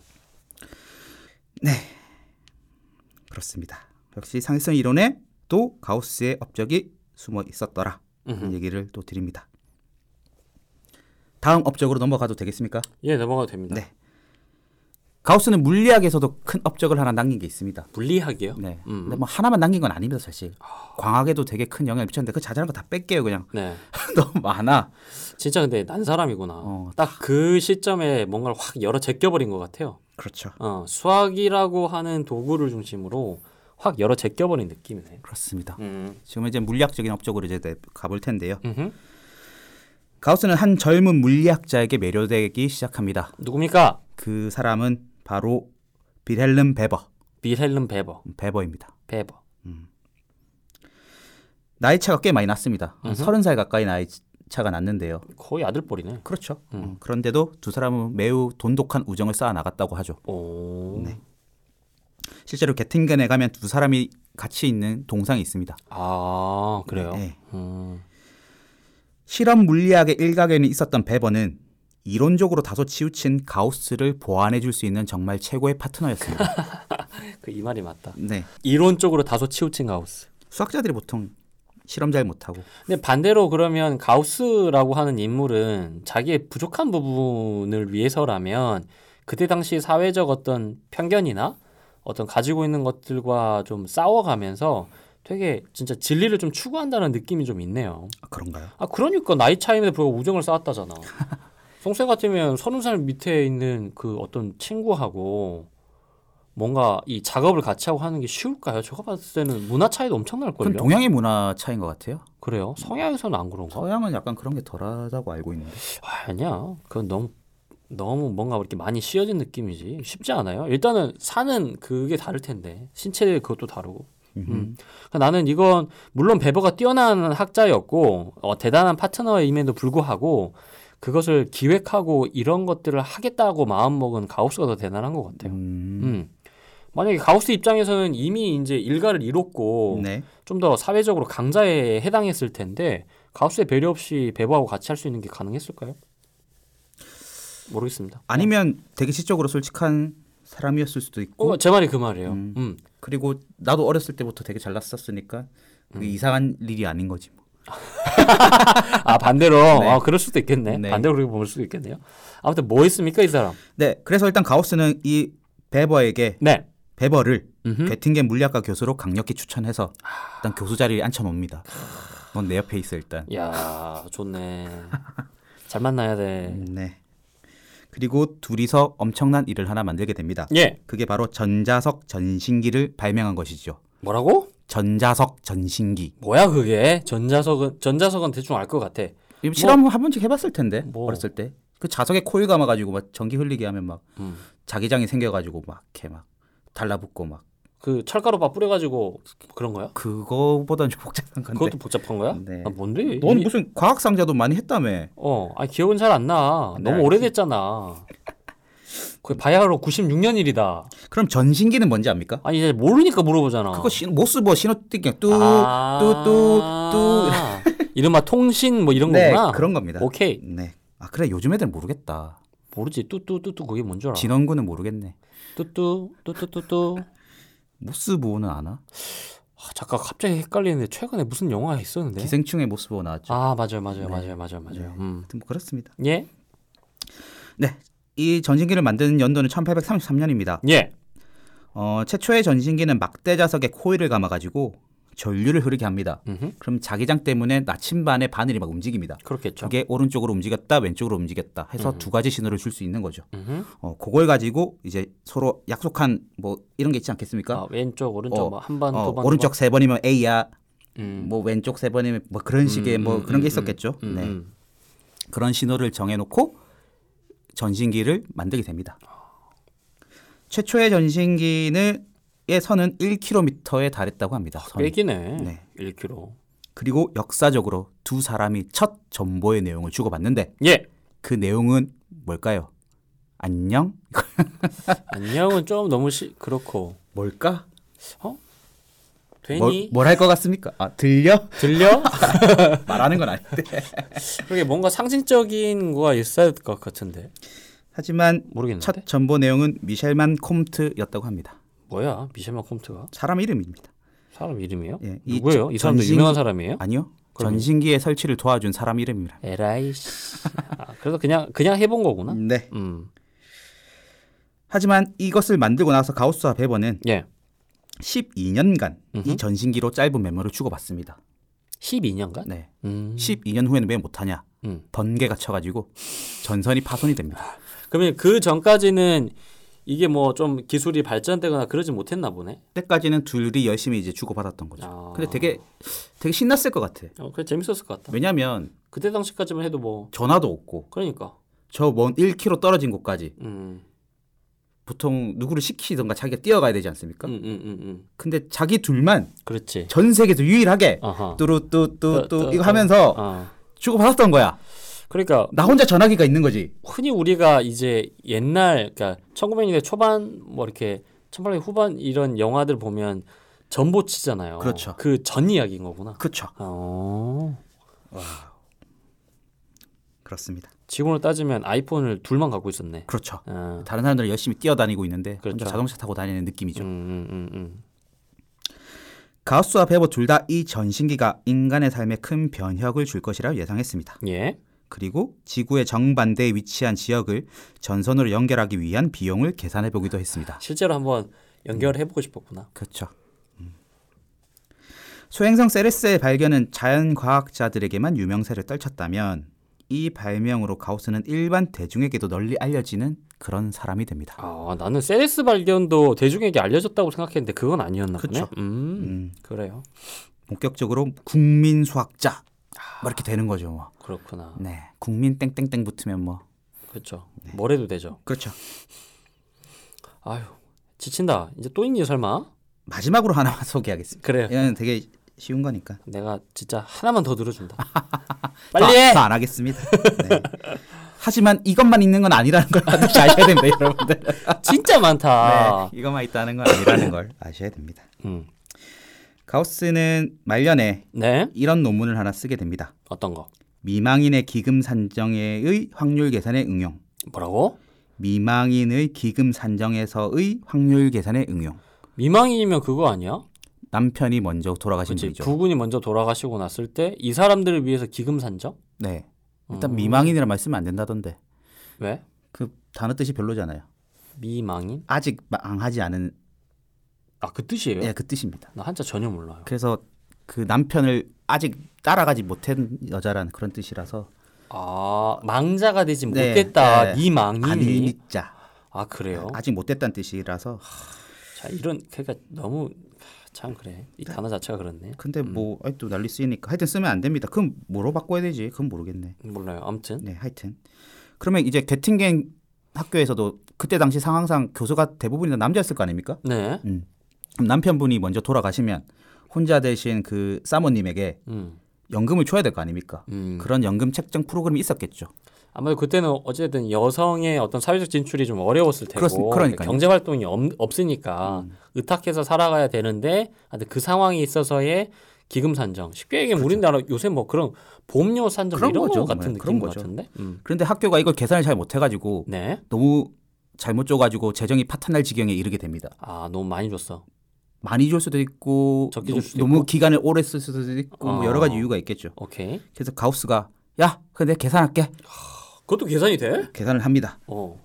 그렇습니다. 역시 상대성 이론에 또 가우스의 업적이 숨어 있었더라. 음흠. 이런 얘기를 또 드립니다. 다음 업적으로 넘어가도 되겠습니까? 예, 넘어가도 됩니다. 네. 가우스는 물리학에서도 큰 업적을 하나 남긴 게 있습니다. 물리학이요? 네. 음. 근데 뭐 하나만 남긴 건 아닙니다, 사실. 광학에도 되게 큰 영향을 미쳤는데 그 자잘한 거 다 뺄게요, 그냥. *laughs* 네. 너무 많아. 진짜 근데 난 사람이구나. 어. 딱 그 시점에 뭔가를 확 열어 제껴버린 것 같아요. 그렇죠. 어, 수학이라고 하는 도구를 중심으로 확 열어 제껴버린 느낌이네. 그렇습니다. 음. 지금 이제 물리학적인 업적으로 이제 내- 가볼 텐데요. 음흠. 가우스는 한 젊은 물리학자에게 매료되기 시작합니다. 누굽니까? 그 사람은 바로 빌헬름 베버, 빌헬름 베버. 베버입니다. 베버. 나이 차가 꽤 많이 났습니다. 한 30살 가까이 나이 차가 났는데요. 거의 아들뻘이네. 그렇죠. 음, 그런데도 두 사람은 매우 돈독한 우정을 쌓아 나갔다고 하죠. 오. 실제로 게팅겐에 가면 두 사람이 같이 있는 동상이 있습니다. 아 그래요. 네. 음. 실험 물리학의 일각에는 있었던 베버는 이론적으로 다소 치우친 가우스를 보완해 줄 수 있는 정말 최고의 *laughs* 파트너였습니다. 그 이 말이 맞다. 네. 이론적으로 다소 치우친 가우스. 수학자들이 보통 실험 잘 못하고 근데 반대로 그러면 가우스라고 하는 인물은 자기의 부족한 부분을 위해서라면 그때 당시 사회적 어떤 편견이나 어떤 가지고 있는 것들과 좀 싸워가면서 되게 진짜 진리를 좀 추구한다는 느낌이 좀 있네요. 아, 그런가요? 아 그러니까 나이 차임에도 불구하고 우정을 *laughs* 쌓았다잖아. 송쌤 같으면 서른 살 밑에 있는 그 어떤 친구하고 뭔가 이 작업을 같이 하고 하는 게 쉬울까요? 제가 봤을 때는 문화 차이도 엄청날 그건 걸요. 동양의 문화 차인 것 같아요. 그래요? 성향에서는 안 그런가? 서양은 약간 그런 게 덜하다고 알고 있는데. 아니야. 그건 너무 너무 뭔가 이렇게 많이 씌어진 느낌이지. 쉽지 않아요. 일단은 사는 그게 다를 텐데 신체 그것도 다르고. 음. 그러니까 나는 이건 물론 베버가 뛰어난 학자였고 어, 대단한 파트너임에도 불구하고 그것을 기획하고 이런 것들을 하겠다고 마음먹은 가우스가 더 대단한 것 같아요. 음. 음. 만약에 가우스 입장에서는 이미 이제 일가를 이뤘고 네. 좀 더 사회적으로 강자에 해당했을 텐데 가우스의 배려 없이 베버하고 같이 할 수 있는 게 가능했을까요? 모르겠습니다. 아니면 되게 시적으로 솔직한 사람이었을 수도 있고 어, 제 말이 그 말이에요. 음. 음. 그리고 나도 어렸을 때부터 되게 잘났었으니까 음. 그게 이상한 일이 아닌 거지. 뭐. 아 *laughs* 반대로 네. 아 그럴 수도 있겠네 네. 반대로 그렇게 볼 수도 있겠네요 아무튼 뭐 있습니까 이 사람 네, 그래서 일단 가우스는 이 베버에게 네 베버를 음흠. 괴팅겐 물리학과 교수로 강력히 추천해서 일단 교수 자리에 앉혀놓습니다. 넌 내 옆에 있어 일단. 예. 야 좋네 잘 만나야 돼 네. 그리고 둘이서 엄청난 일을 하나 만들게 됩니다. 예. 그게 바로 전자석 전신기를 발명한 것이죠. 뭐라고 전자석 전신기. 뭐야 그게 전자석은 전자석은 대충 알 것 같아 이거 실험 한 번씩 해봤을 텐데 뭐. 어렸을 때. 그 자석에 코일 감아가지고 막 전기 흘리게 하면 막 음. 자기장이 생겨가지고 막 이렇게 막 달라붙고 막 그 철가루 밥 뿌려가지고 그런 거야 그거보다는 좀 복잡한 건데. 그것도 복잡한 거야 네. 아, 뭔데 넌 이- 무슨 과학 상자도 많이 했다며. 어 아니 기억은 잘 안나 네, 너무 알겠습니다. 오래됐잖아 그게 바야흐로 96년 일이다 그럼 전신기는 뭔지 압니까? 아니 이제 모르니까 물어보잖아 그거 신, 모스버 신호 띠기 아. 뚜뚜뚜뚜 *laughs* 이른바 통신 뭐 이런 네, 거구나 그런 겁니다. 오케이 네. 아 그래 요즘 애들 모르겠다. 모르지 뚜뚜뚜뚜 그게 뭔 줄 알아 진원군은 모르겠네. 뚜뚜 뚜뚜뚜뚜 모스보호는 아나? 아, 잠깐 갑자기 헷갈리는데 최근에 무슨 영화가 있었는데 기생충의 네. 모스보호 나왔죠. 아 맞아요 맞아요 맞아요 맞아요 맞아요 음. 아무튼 뭐 그렇습니다. 예? 네. 이 전신기를 만드는 연도는 1833년입니다. 예 어, 최초의 전신기는 막대 자석에 코일을 감아 가지고 전류를 흐르게 합니다. 음흠. 그럼 자기장 때문에 나침반의 바늘이 막 움직입니다. 그렇겠죠 저게 오른쪽으로 움직였다, 왼쪽으로 움직였다 해서 두 가지 신호를 줄 수 있는 거죠. 음흠. 어, 그걸 가지고 이제 서로 약속한 뭐 이런 게 있지 않겠습니까? 아, 왼쪽 오른쪽 어, 뭐 한번 어, 두번 오른쪽 세 번이면 A야, 음. 뭐 왼쪽 세 번이면 뭐 그런 식의 뭐 그런 게 있었겠죠. 음, 네. 음. 그런 신호를 정해놓고 전신기를 만들게 됩니다. 최초의 전신기는 의 선은 1km에 달했다고 합니다. 선이. 빼기네 네. 1kg 그리고 역사적으로 두 사람이 첫 전보의 내용을 주고받는데 예 그 내용은 뭘까요? 안녕? 안녕은 좀 너무 시 그렇고 어? 뭘까? 되니 뭘 할 것 같습니까? 아 들려? 들려 *laughs* 말하는 건 아닌데. 뭐- 그게 뭔가 상징적인 거가 있어야 될 것 같은데 하지만 모르겠는데 첫 전보 내용은 미셸만 콤트였다고 합니다. 뭐야 미셸마 콤트가 사람 이름입니다. 사람 이름이요? 예, 이 누구예요? 이 사람도 전신- 유명한 사람이에요? 아니요. 네? 그럼요. 전신기의 설치를 도와준 사람 이름이라. 에라이씨. 아, 그래서 그냥 그냥 해본 거구나. 네. 음, 하지만 이것을 만들고 나서 가우스와 베버는 예. 12년간 음흠. 이 전신기로 짧은 메모를 주고받습니다. 12년간. 네. 음. 12년 후에는 왜 못하냐? 음. 번개가 쳐가지고 전선이 파손이 됩니다. 그러면 그 전까지는 이게 뭐 좀 기술이 발전되거나 그러지 못했나 보네. 그때까지는 둘이 열심히 이제 주고받았던 거죠. 아. 근데 되게 되게 신났을 것 같아. 어, 그래 재밌었을 것 네. 같다. 왜냐하면 그때 당시까지만 해도 뭐 전화도 없고 그러니까. 저 먼 1km 떨어진 곳까지 음. 보통 누구를 시키던가 자기가 뛰어가야 되지 않습니까? 음, 음, 음, 음. 근데 자기 둘만 그렇지. 전 세계에서 유일하게 아하. 또, 또, 뚜루뚜뚜뚜 또. 이거 하면서 아. 주고받았던 거야. 그러니까 나 혼자 전화기가 있는 거지. 흔히 우리가 이제 옛날 그러니까 1900년대 초반 뭐 이렇게 1800년대 후반 이런 영화들 보면 전보치잖아요. 그렇죠. 그 전 이야기인 거구나. 그렇죠. 어. 그렇습니다. 지금으로 따지면 아이폰을 둘만 갖고 있었네. 그렇죠. 아. 다른 사람들은 열심히 뛰어다니고 있는데 그렇죠. 혼자 자동차 타고 다니는 느낌이죠. 음, 음, 음, 음. 가우스와 베버 뭐 둘 다 이 전신기가 인간의 삶에 큰 변혁을 줄 것이라 예상했습니다. 예. 그리고 지구의 정반대에 위치한 지역을 전선으로 연결하기 위한 비용을 계산해 보기도 했습니다. 실제로 한번 연결해 보고 싶었구나. 그렇죠. 음. 소행성 세레스의 발견은 자연과학자들에게만 유명세를 떨쳤다면 이 발명으로 가우스는 일반 대중에게도 널리 알려지는 그런 사람이 됩니다. 아, 나는 세레스 발견도 대중에게 알려졌다고 생각했는데 그건 아니었나 보네. 그쵸. 음. 음. 그래요. 본격적으로 국민 수학자 아. 뭐 이렇게 되는 거죠. 뭐. 그렇구나. 네, 국민 땡땡땡 붙으면 뭐 그렇죠. 네. 뭘 해도 되죠. 그렇죠. 아유. 지친다. 이제 또 있니 설마? 마지막으로 하나만 *laughs* 소개하겠습니다. 그래요. 이건 되게 쉬운 거니까. 내가 진짜 하나만 더 *laughs* 늘어준다. 빨리 해! 더안 하겠습니다. 네. 하지만 이것만 있는 건 아니라는 걸 *laughs* 반드시 아셔야 됩니다, 여러분들. 진짜 많다. 네, 이것만 있다는 건 아니라는 걸 아셔야 됩니다. 음. 가우스는 말년에 네. 이런 논문을 하나 쓰게 됩니다. 어떤 거? 미망인의 기금 산정에의 확률 계산의 응용. 뭐라고? 미망인의 기금 산정에서의 확률 계산의 응용. 미망인이면 그거 아니야? 남편이 먼저 돌아가신 그치. 분이죠. 부군이 먼저 돌아가시고 났을 때 이 사람들을 위해서 기금 산정? 네. 어. 일단 미망인이란 말씀 안 된다던데. 왜? 그 단어 뜻이 별로잖아요. 미망인? 아직 망하지 않은 아 그 뜻이에요? 예, 그 뜻입니다. 나 한자 전혀 몰라요. 그래서 그 남편을 아직 따라가지 못한 여자라는 그런 뜻이라서 아 망자가 되지 네, 못했다. 네. 미망인이. 아니자 아 그래요? 아직 못됐다는 뜻이라서 자 이런 그러니까 너무 참 그래. 이 단어 자체가 그렇네. 근데 뭐 아이 또 난리 쓰이니까 하여튼 쓰면 안 됩니다. 그럼 뭐로 바꿔야 되지? 그건 모르겠네. 몰라요. 아무튼 네, 하여튼 그러면 이제 게팅겐 학교에서도 그때 당시 상황상 교수가 대부분이 다 남자였을 거 아닙니까? 네. 음. 그럼 남편분이 먼저 돌아가시면 혼자 대신 그 사모님에게 음. 연금을 줘야 될 거 아닙니까? 음. 그런 연금 책정 프로그램이 있었겠죠. 아마도 그때는 어쨌든 여성의 어떤 사회적 진출이 좀 어려웠을 테고 그렇습- 그러니까요. 음. 경제 활동이 없, 으니까 의탁해서 살아가야 되는데 하여튼 그 상황에 있어서의 기금 산정 쉽게 얘기하면 우리나라 요새 뭐 그런 보험료 산정 그렇죠. 그런 이런 거죠. 거 같은 네, 그런 느낌 거죠. 같은데 음. 그런데 학교가 이걸 계산을 잘 못해가지고 네. 너무 잘못 줘가지고 재정이 파탄날 지경에 이르게 됩니다. 아 너무 많이 줬어. 많이 줄 수도 있고 적게 너무, 줄 수도 너무 있고. 기간을 오래 쓸 수도 있고 뭐 여러 가지 아. 이유가 있겠죠. 오케이. 그래서 가우스가 야, 근데 내가 계산할게. 그것도 계산이 돼? 계산을 합니다. 어.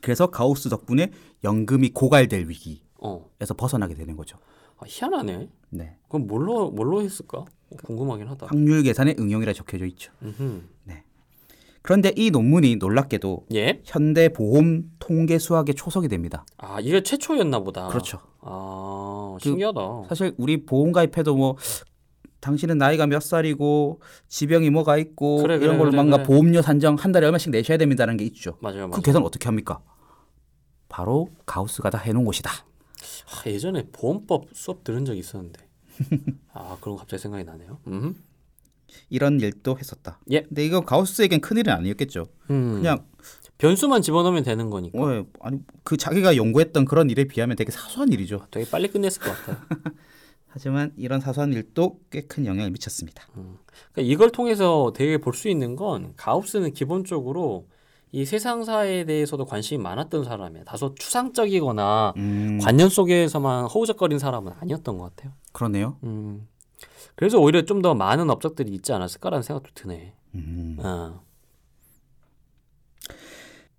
그래서 가우스 덕분에 연금이 고갈될 위기에서 어. 벗어나게 되는 거죠. 아, 희한하네. 네. 그럼 뭘로 뭘로 했을까? 어, 궁금하긴 하다. 확률 계산의 응용이라 적혀져 있죠. 음흠. 그런데 이 논문이 놀랍게도 예. 현대 보험 통계 수학의 초석이 됩니다. 아 이게 최초였나 보다. 그렇죠. 그 아 신기하다. 사실 우리 보험 가입해도 뭐 당신은 나이가 몇 살이고 지병이 뭐가 있고 그래, 이런 그래, 걸로 그래, 뭔가 그래. 보험료 산정 한 달에 얼마씩 내셔야 됩니다라는 게 있죠. 맞아요. 맞아요. 그 계산 어떻게 합니까? 바로 가우스가 다 해놓은 것이다. 아, 예전에 보험법 수업 들은 적이 있었는데 아 그런 거 갑자기 생각이 나네요. 음. 이런 일도 했었다. 예. 근데 이거 가우스에겐 큰일은 아니었겠죠. 음. 그냥 변수만 집어넣으면 되는 거니까 어, 아니 그 자기가 연구했던 그런 일에 비하면 되게 사소한 일이죠. 되게 빨리 끝냈을 것 *laughs* 같아요. 하지만 이런 사소한 일도 꽤 큰 영향을 미쳤습니다. 그러니까 이걸 통해서 되게 볼 수 있는 건 가우스는 기본적으로 이 세상사에 대해서도 관심이 많았던 사람이에요. 다소 추상적이거나 음, 관념 속에서만 허우적거린 사람은 아니었던 것 같아요. 그러네요. 음. 그래서 오히려 좀 더 많은 업적들이 있지 않았을까라는 생각도 드네. 음. 어.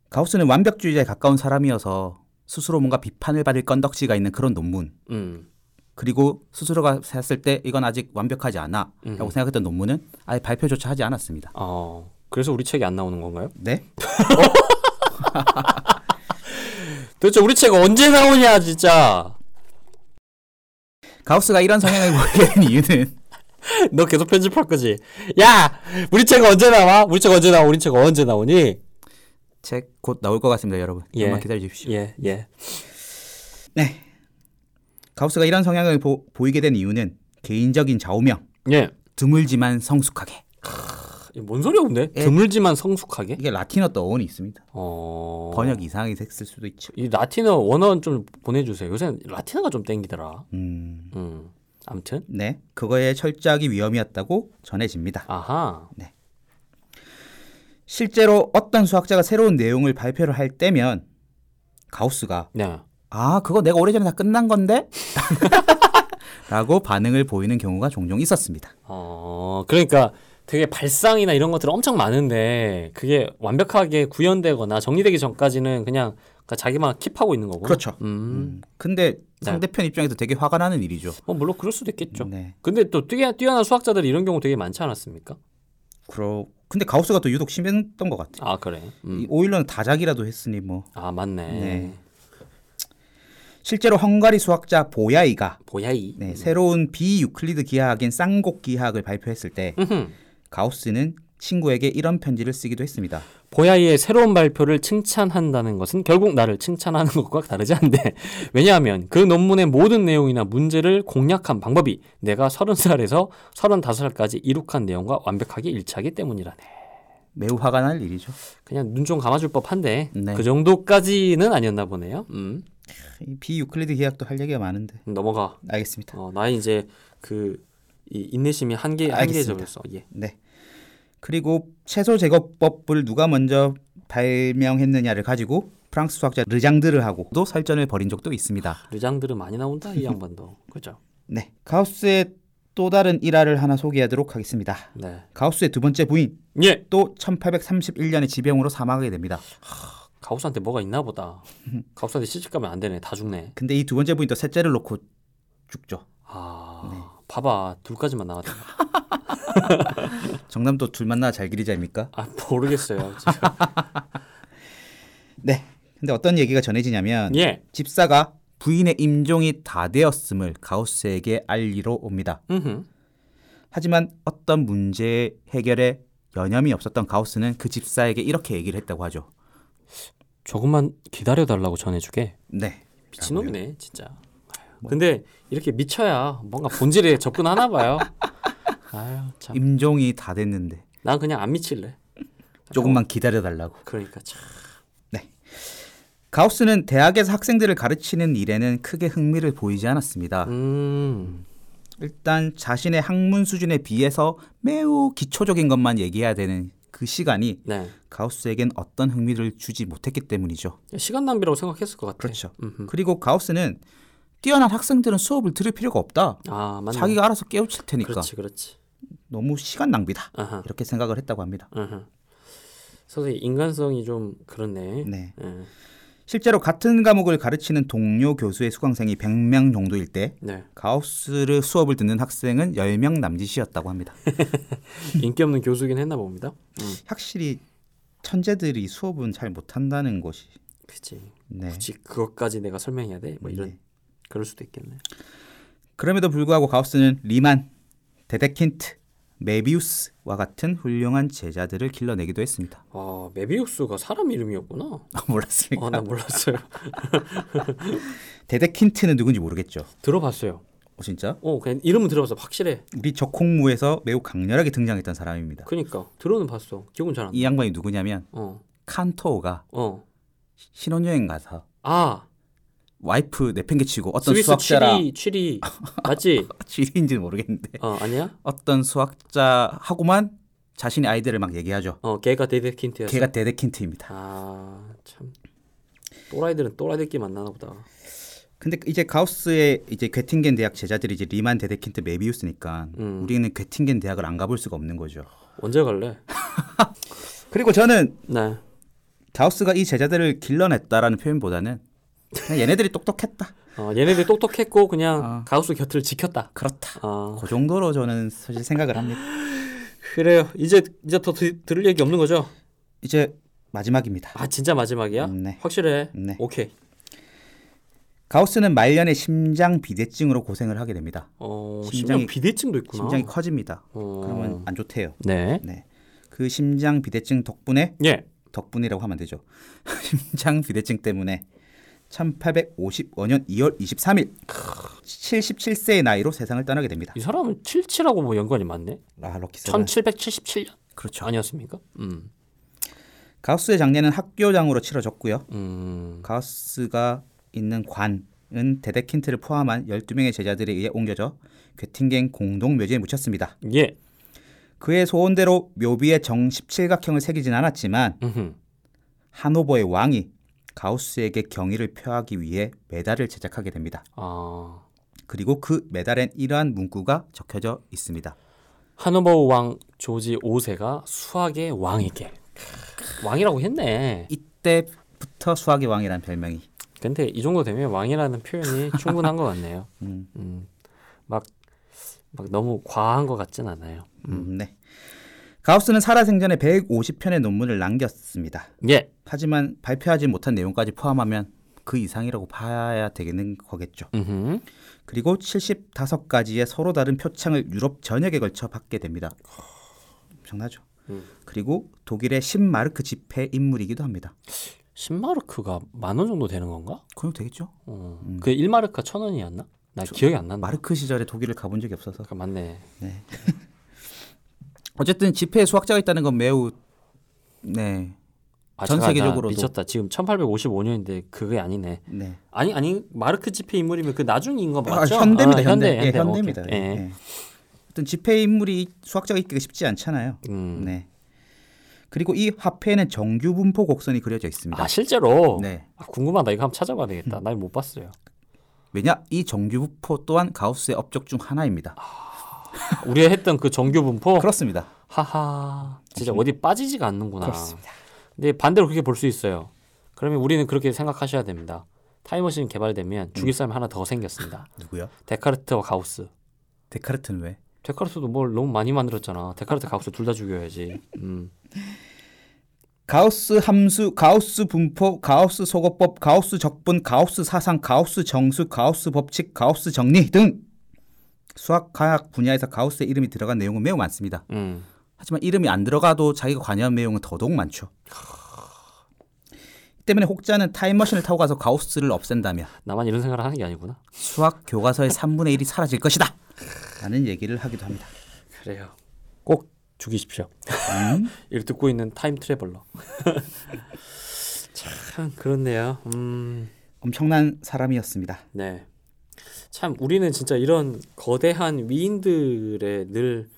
가우스는 완벽주의자에 가까운 사람이어서 스스로 뭔가 비판을 받을 건덕지가 있는 그런 논문 음. 그리고 스스로가 했을 때 이건 아직 완벽하지 않아라고 음. 생각했던 논문은 아예 발표조차 하지 않았습니다. 어. 그래서 우리 책이 안 나오는 건가요? 네? 도대체 우리 책 언제 나오냐 진짜. 가우스가 이런 성향을 보이게 된 이유는 *laughs* 너 계속 편집할 거지. 야, 우리 책 언제 나와? 우리 책 언제 나와? 우리 책 언제 나오니? 책 곧 나올 것 같습니다, 여러분. 예. 조금만 기다려 주십시오. 예, 예. 네. 가우스가 이런 성향을 보, 이게된 이유는 개인적인 좌우명, 예. 드물지만 성숙하게. 뭔 소리야 근데? 예. 드물지만 성숙하게? 이게 라틴어 또 어원이 있습니다. 어. 번역 이상이 됐을 수도 있죠. 이 라틴어 원어원 좀 보내주세요. 요새 라틴어가 좀 땡기더라. 음, 음. 아무튼. 네. 그거에 철저하기 위험이었다고 전해집니다. 아하. 실제로 어떤 수학자가 새로운 내용을 발표를 할 때면 가우스가 네. 아 그거 내가 오래전에 다 끝난 건데 *laughs* 라고 반응을 보이는 경우가 종종 있었습니다. 어. 그러니까 되게 발상이나 이런 것들은 엄청 많은데 그게 완벽하게 구현되거나 정리되기 전까지는 그냥 그러니까 자기만 킵하고 있는 거고. 그렇죠. 음. 음, 근데 상대편 입장에서 되게 화가 나는 일이죠. 뭐 물론 그럴 수도 있겠죠. 네. 근데 또 뛰어, 뛰어난 수학자들이 이런 경우 되게 많지 않았습니까? 그러 근데 가우스가 또 유독 심했던 것 같아요. 아 그래. 음. 이 오일러는 다작이라도 했으니 뭐 아 맞네. 네. 실제로 헝가리 수학자 보야이가 보야이. 네, 새로운 비유클리드 기하학인 쌍곡 기하학을 발표했을 때 음흠. 가우스는 친구에게 이런 편지를 쓰기도 했습니다. 보야이의 새로운 발표를 칭찬한다는 것은 결국 나를 칭찬하는 *laughs* 것과 다르지 않대. 왜냐하면 그 논문의 모든 내용이나 문제를 공략한 방법이 내가 30살에서 35살까지 이룩한 내용과 완벽하게 일치하기 때문이라네. 매우 화가 날 일이죠. 그냥 눈 좀 감아줄 법한데 네. 그 정도까지는 아니었나 보네요. 음, 이 비유클리드 계약도 할 얘기가 많은데 넘어가. 알겠습니다. 어, 나의 이제 그 이 인내심이 한계 알겠습니다. 한계점에서 예. 네. 그리고 채소 제거법을 누가 먼저 발명했느냐를 가지고 프랑스 수학자 르장드르하고도 설전을 벌인 적도 있습니다. 르장들은 많이 나온다 *laughs* 이 양반도 그죠? 네, 가우스의 또 다른 일화를 하나 소개하도록 하겠습니다. 네. 가우스의 두 번째 부인 예. 또 1831년에 지병으로 사망하게 됩니다. 가우스한테 뭐가 있나 *laughs* 보다. 가우스한테 시집 가면 안 되네. 다 죽네. 근데 이 두 번째 부인도 셋째를 놓고 죽죠. 아, 네. 봐봐 둘까지만 나왔다. 정남도 둘 만나 잘 기르자입니까? 아 *laughs* 모르겠어요. 제가. 네. 근데 어떤 얘기가 전해지냐면 예. 집사가 부인의 임종이 다 되었음을 가우스에게 알리러 옵니다. 음흠. 하지만 어떤 문제 해결에 여념이 없었던 가우스는 그 집사에게 이렇게 얘기를 했다고 하죠. 조금만 기다려달라고 전해주게. 네. 미친놈이네 진짜. 아유, 뭐. 근데 이렇게 미쳐야 뭔가 본질에 접근하나 *laughs* 봐요. 아유 참. 임종이 다 됐는데 난 그냥 안 미칠래. 조금만 기다려달라고. 그러니까 참. 가우스는 대학에서 학생들을 가르치는 일에는 크게 흥미를 보이지 않았습니다. 음. 일단 자신의 학문 수준에 비해서 매우 기초적인 것만 얘기해야 되는 그 시간이 네. 가우스에겐 어떤 흥미를 주지 못했기 때문이죠. 시간 낭비라고 생각했을 것 같아. 그렇죠. 음흠. 그리고 가우스는 뛰어난 학생들은 수업을 들을 필요가 없다. 아 맞네. 자기가 알아서 깨우칠 테니까 그렇지 그렇지. 너무 시간 낭비다. 아하. 이렇게 생각을 했다고 합니다. 아하. 선생님 인간성이 좀 그렇네. 네. 예. 실제로 같은 과목을 가르치는 동료 교수의 수강생이 100명 정도일 때 네. 가우스를 수업을 듣는 학생은 10명 남짓이었다고 합니다. 인기 없는 교수긴 했나 봅니다. 음. 확실히 천재들이 수업은 잘 못한다는 것이 그치. 네. 굳이 그것까지 내가 설명해야 돼? 뭐 이런 네. 그럴 수도 있겠네. 그럼에도 불구하고 가우스는 리만, 데데킨트, 메비우스와 같은 훌륭한 제자들을 길러내기도 했습니다. *laughs* 아 메비우스가 사람 이름이었구나. 아, 몰랐습니까? 아나 몰랐어요. *laughs* 어. 데데킨트는 누군지 모르겠죠. 들어봤어요. 어, 진짜? 어 그냥 이름은 들어봤어. 확실해. 우리 적홍무에서 매우 강렬하게 등장했던 사람입니다. 그니까 그러니까. 들어는 봤어. 기억은 잘 안. 나. 이 양반이 누구냐면 어 칸토가 어. 신혼여행 가서 아 와이프 내팽개치고 어떤 스위스 수학자라 *laughs* 취리 취리 맞지? 지리인지는 모르겠는데 어 아니야? 어떤 수학자하고만 자신의 아이디어를 막 얘기하죠. 어 걔가 데데킨트였어. 걔가 데데킨트입니다. 아참 또라이들은 또라이들끼리 만나나 보다. 근데 이제 가우스의 이제 괴팅겐 대학 제자들이 이제 리만 데데킨트 메비우스니까 음. 우리는 괴팅겐 대학을 안 가볼 수가 없는 거죠. 언제 갈래? 그리고 저는 네. 가우스가 이 제자들을 길러냈다라는 표현보다는 그냥 얘네들이 똑똑했다. 어, 얘네들 똑똑했고 그냥 아. 가우스 곁을 지켰다. 그렇다. 아 그 정도로 저는 사실 생각을 합니다. 그래요. 이제 이제 더 드, 들을 얘기 없는 거죠? 이제 마지막입니다. 아 진짜 마지막이야? 음, 네. 확실해. 네. 오케이. 가우스는 말년에 심장 비대증으로 고생을 하게 됩니다. 어 심장 심장이- 비대증도 있구나. 심장이 커집니다. 어. 그러면 안 좋대요. 네. 네. 그 심장 비대증 덕분에 예. 덕분이라고 하면 안 되죠. *laughs* 심장 비대증 때문에 1855년 2월 23일 77세의 나이로 세상을 떠나게 됩니다. 이 사람은 77하고 뭐 연관이 많네. 아 럭키 세븐. 1777년 그렇죠. 아니었습니까? 음. 가우스의 장례는 학교장으로 치러졌고요. 음. 가우스가 있는 관은 데데킨트를 포함한 12명의 제자들에 의해 옮겨져 괴팅겐 공동묘지에 묻혔습니다. 예. 그의 소원대로 묘비에 정 17각형을 새기진 않았지만 음흠. 하노버의 왕이 가우스에게 경의를 표하기 위해 메달을 제작하게 됩니다. 아 그리고 그 메달엔 이러한 문구가 적혀져 있습니다. 하노버 왕 조지 5세가 수학의 왕에게 크, 왕이라고 했네. 이때부터 수학의 왕이라는 별명이 근데 이 정도 되면 왕이라는 표현이 충분한 것 같네요. *laughs* 음. 음. 막, 막 너무 과한 것 같진 않아요. 음, 네. 가우스는 살아생전에 150편의 논문을 남겼습니다. 예. 하지만 발표하지 못한 내용까지 포함하면 그 이상이라고 봐야 되는 거겠죠. 음흠. 그리고 75가지의 서로 다른 표창을 유럽 전역에 걸쳐 받게 됩니다. 엄청나죠. 그리고 독일의 신마르크 지폐 인물이기도 합니다. 10마르크가 만 원 정도 되는 건가? 그럼 되겠죠? 어. 그게 1마르크가 천 원이었나? 나 기억이 안 난다. 음. 마르크 시절에 독일을 가본 적이 없어서. 그러니까 맞네. 어쨌든 지폐에 수학자가 있다는 건 매우 네. 아, 잠깐, 전나 세계적으로도. 미쳤다. 지금 1855년인데 그게 아니네. 네. 아니 아니 마르크 지폐 인물이면 그 나중인 거 아, 맞죠? 현대입니다. 아, 현대. 예, 오케이. 현대입니다. 예. 예. 어떤 지폐 인물이 수학자가 있기가 쉽지 않잖아요. 음. 네. 그리고 이 화폐에는 정규 분포 곡선이 그려져 있습니다. 아 실제로 네. 음. 아, 궁금하다. 이거 한번 찾아봐야 되겠다. 난 못 봤어요. 왜냐? 이 정규 분포 또한 가우스의 업적 중 하나입니다. 아, 우리가 했던 그 정규 분포 그렇습니다. 하하 진짜 어디 빠지지가 않는구나. 근데 반대로 그렇게 볼 수 있어요. 그러면 우리는 그렇게 생각하셔야 됩니다. 타임머신 음. 개발되면 죽일 사람이 하나 더 생겼습니다. 누구요? 데카르트와 가우스. 데카르트는 왜? 데카르트도 뭘 너무 많이 만들었잖아. 데카르트, 가우스 둘 다 죽여야지. 음. 가우스 함수, 가우스 분포, 가우스 소거법, 가우스 적분, 가우스 사상, 가우스 정수, 가우스 법칙, 가우스 정리 등 수학 과학 분야에서 가우스의 이름이 들어간 내용은 매우 많습니다. 음. 하지만 이름이 안 들어가도 자기가 관여한 내용은 더더욱 많죠. 이 때문에 혹자는 타임머신을 타고 가서 가우스를 없앤다며 나만 이런 생각을 하는 게 아니구나. 수학 교과서의 3분의 1이 사라질 것이다. 라는 얘기를 하기도 합니다. 그래요. 꼭 죽이십시오. 음, 이를 듣고 있는 타임 트래블러. *laughs* 참 그렇네요. 음. 엄청난 사람이었습니다. 네. 참 우리는 진짜 이런 거대한 위인들의 늘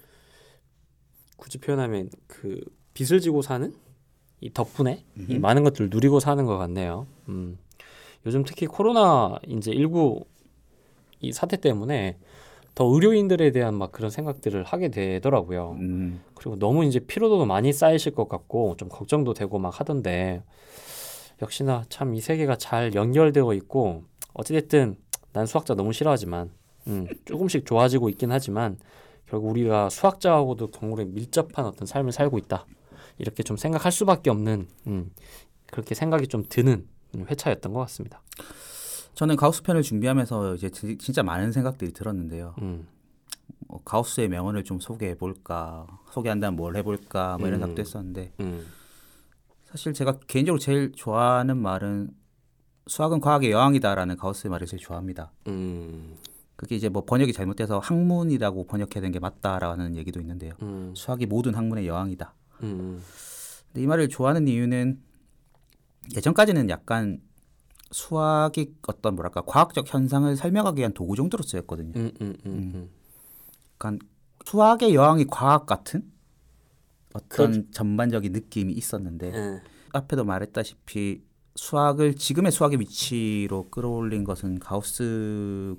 굳이 표현하면 그 빚을 지고 사는 이 덕분에 이 많은 것들을 누리고 사는 것 같네요. 음. 요즘 특히 코로나 이제 19 이 사태 때문에 더 의료인들에 대한 막 그런 생각들을 하게 되더라고요. 음, 그리고 너무 이제 피로도도 많이 쌓이실 것 같고 좀 걱정도 되고 막 하던데 역시나 참 이 세계가 잘 연결되어 있고 어찌됐든 난 수학자 너무 싫어하지만 음, 조금씩 좋아지고 있긴 하지만 결국 우리가 수학자하고도 동물에 밀접한 어떤 삶을 살고 있다 이렇게 좀 생각할 수밖에 없는 음, 그렇게 생각이 좀 드는 음, 회차였던 것 같습니다. 저는 가우스 편을 준비하면서 이제 지- 진짜 많은 생각들이 들었는데요. 음, 어, 가우스의 명언을 좀 소개해 볼까, 소개한다면 뭘 해볼까, 뭐 이런 음. 생각도 했었는데 음, 사실 제가 개인적으로 제일 좋아하는 말은 수학은 과학의 여왕이다라는 가우스의 말을 제일 좋아합니다. 음, 그게 이제 뭐 번역이 잘못돼서 학문이라고 번역해야 되는 게 맞다라는 얘기도 있는데요. 음, 수학이 모든 학문의 여왕이다. 음, 근데 이 말을 좋아하는 이유는 예전까지는 약간 수학이 어떤 뭐랄까 과학적 현상을 설명하기 위한 도구 정도로 쓰였거든요. 음, 음, 음, 음. 약간 수학의 여왕이 과학 같은 어떤 그렇죠. 전반적인 느낌이 있었는데 예. 앞에도 말했다시피 수학을 지금의 수학의 위치로 끌어올린 것은 가우스가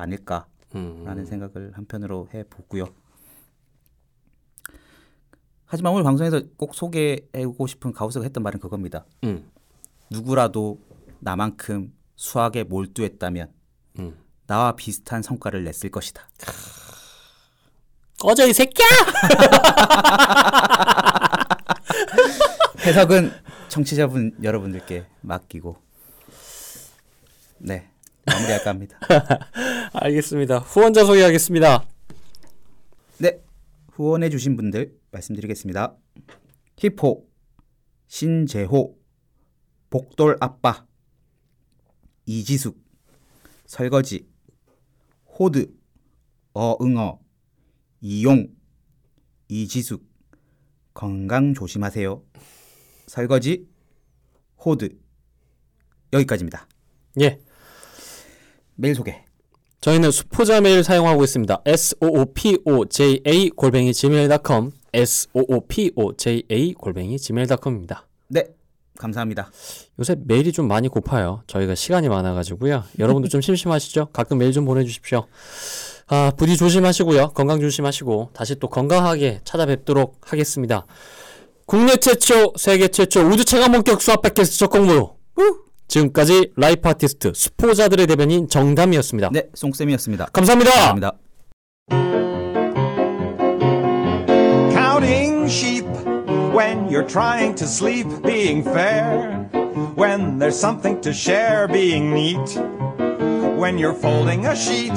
아닐까라는 음, 생각을 한편으로 해보고요. 하지만 오늘 방송에서 꼭 소개하고 싶은 가우스가 했던 말은 그겁니다. 음, 누구라도 나만큼 수학에 몰두했다면 음. 나와 비슷한 성과를 냈을 것이다. 꺼져 이 새끼야! 해석은 청취자분 여러분들께 맡기고 네 마무리할까 합니다. 알겠습니다. 후원자 소개하겠습니다. 네 후원해주신 분들 말씀드리겠습니다. 히포 신재호 복돌 아빠 이지숙 설거지 호드 어응어 이용 이지숙 건강 조심하세요 설거지 호드 여기까지입니다. 예. 메일 소개. 저희는 수포자 메일 사용하고 있습니다. soopoja 골뱅이 gmail.com soopoja 골뱅이 gmailcom입니다. 네, 감사합니다. 요새 메일이 좀 많이 고파요. 저희가 시간이 많아가지고요. 여러분도 좀 심심하시죠? 가끔 메일 좀 보내주십시오. 아, 부디 조심하시고요. 건강 조심하시고 다시 또 건강하게 찾아뵙도록 하겠습니다. 국내 최초, 세계 최초 우주 체감 본격 수학 팟캐스트 첫 공모. 후! 지금까지 라이프 아티스트 수포자들의 대변인 정담이었습니다. 네, 송쌤이었습니다. 감사합니다. 감사합니다. counting sheep when you're trying to sleep being fair when there's something to share being neat when you're folding a sheet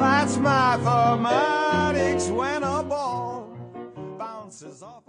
that's mathematics when a ball bounces bounces off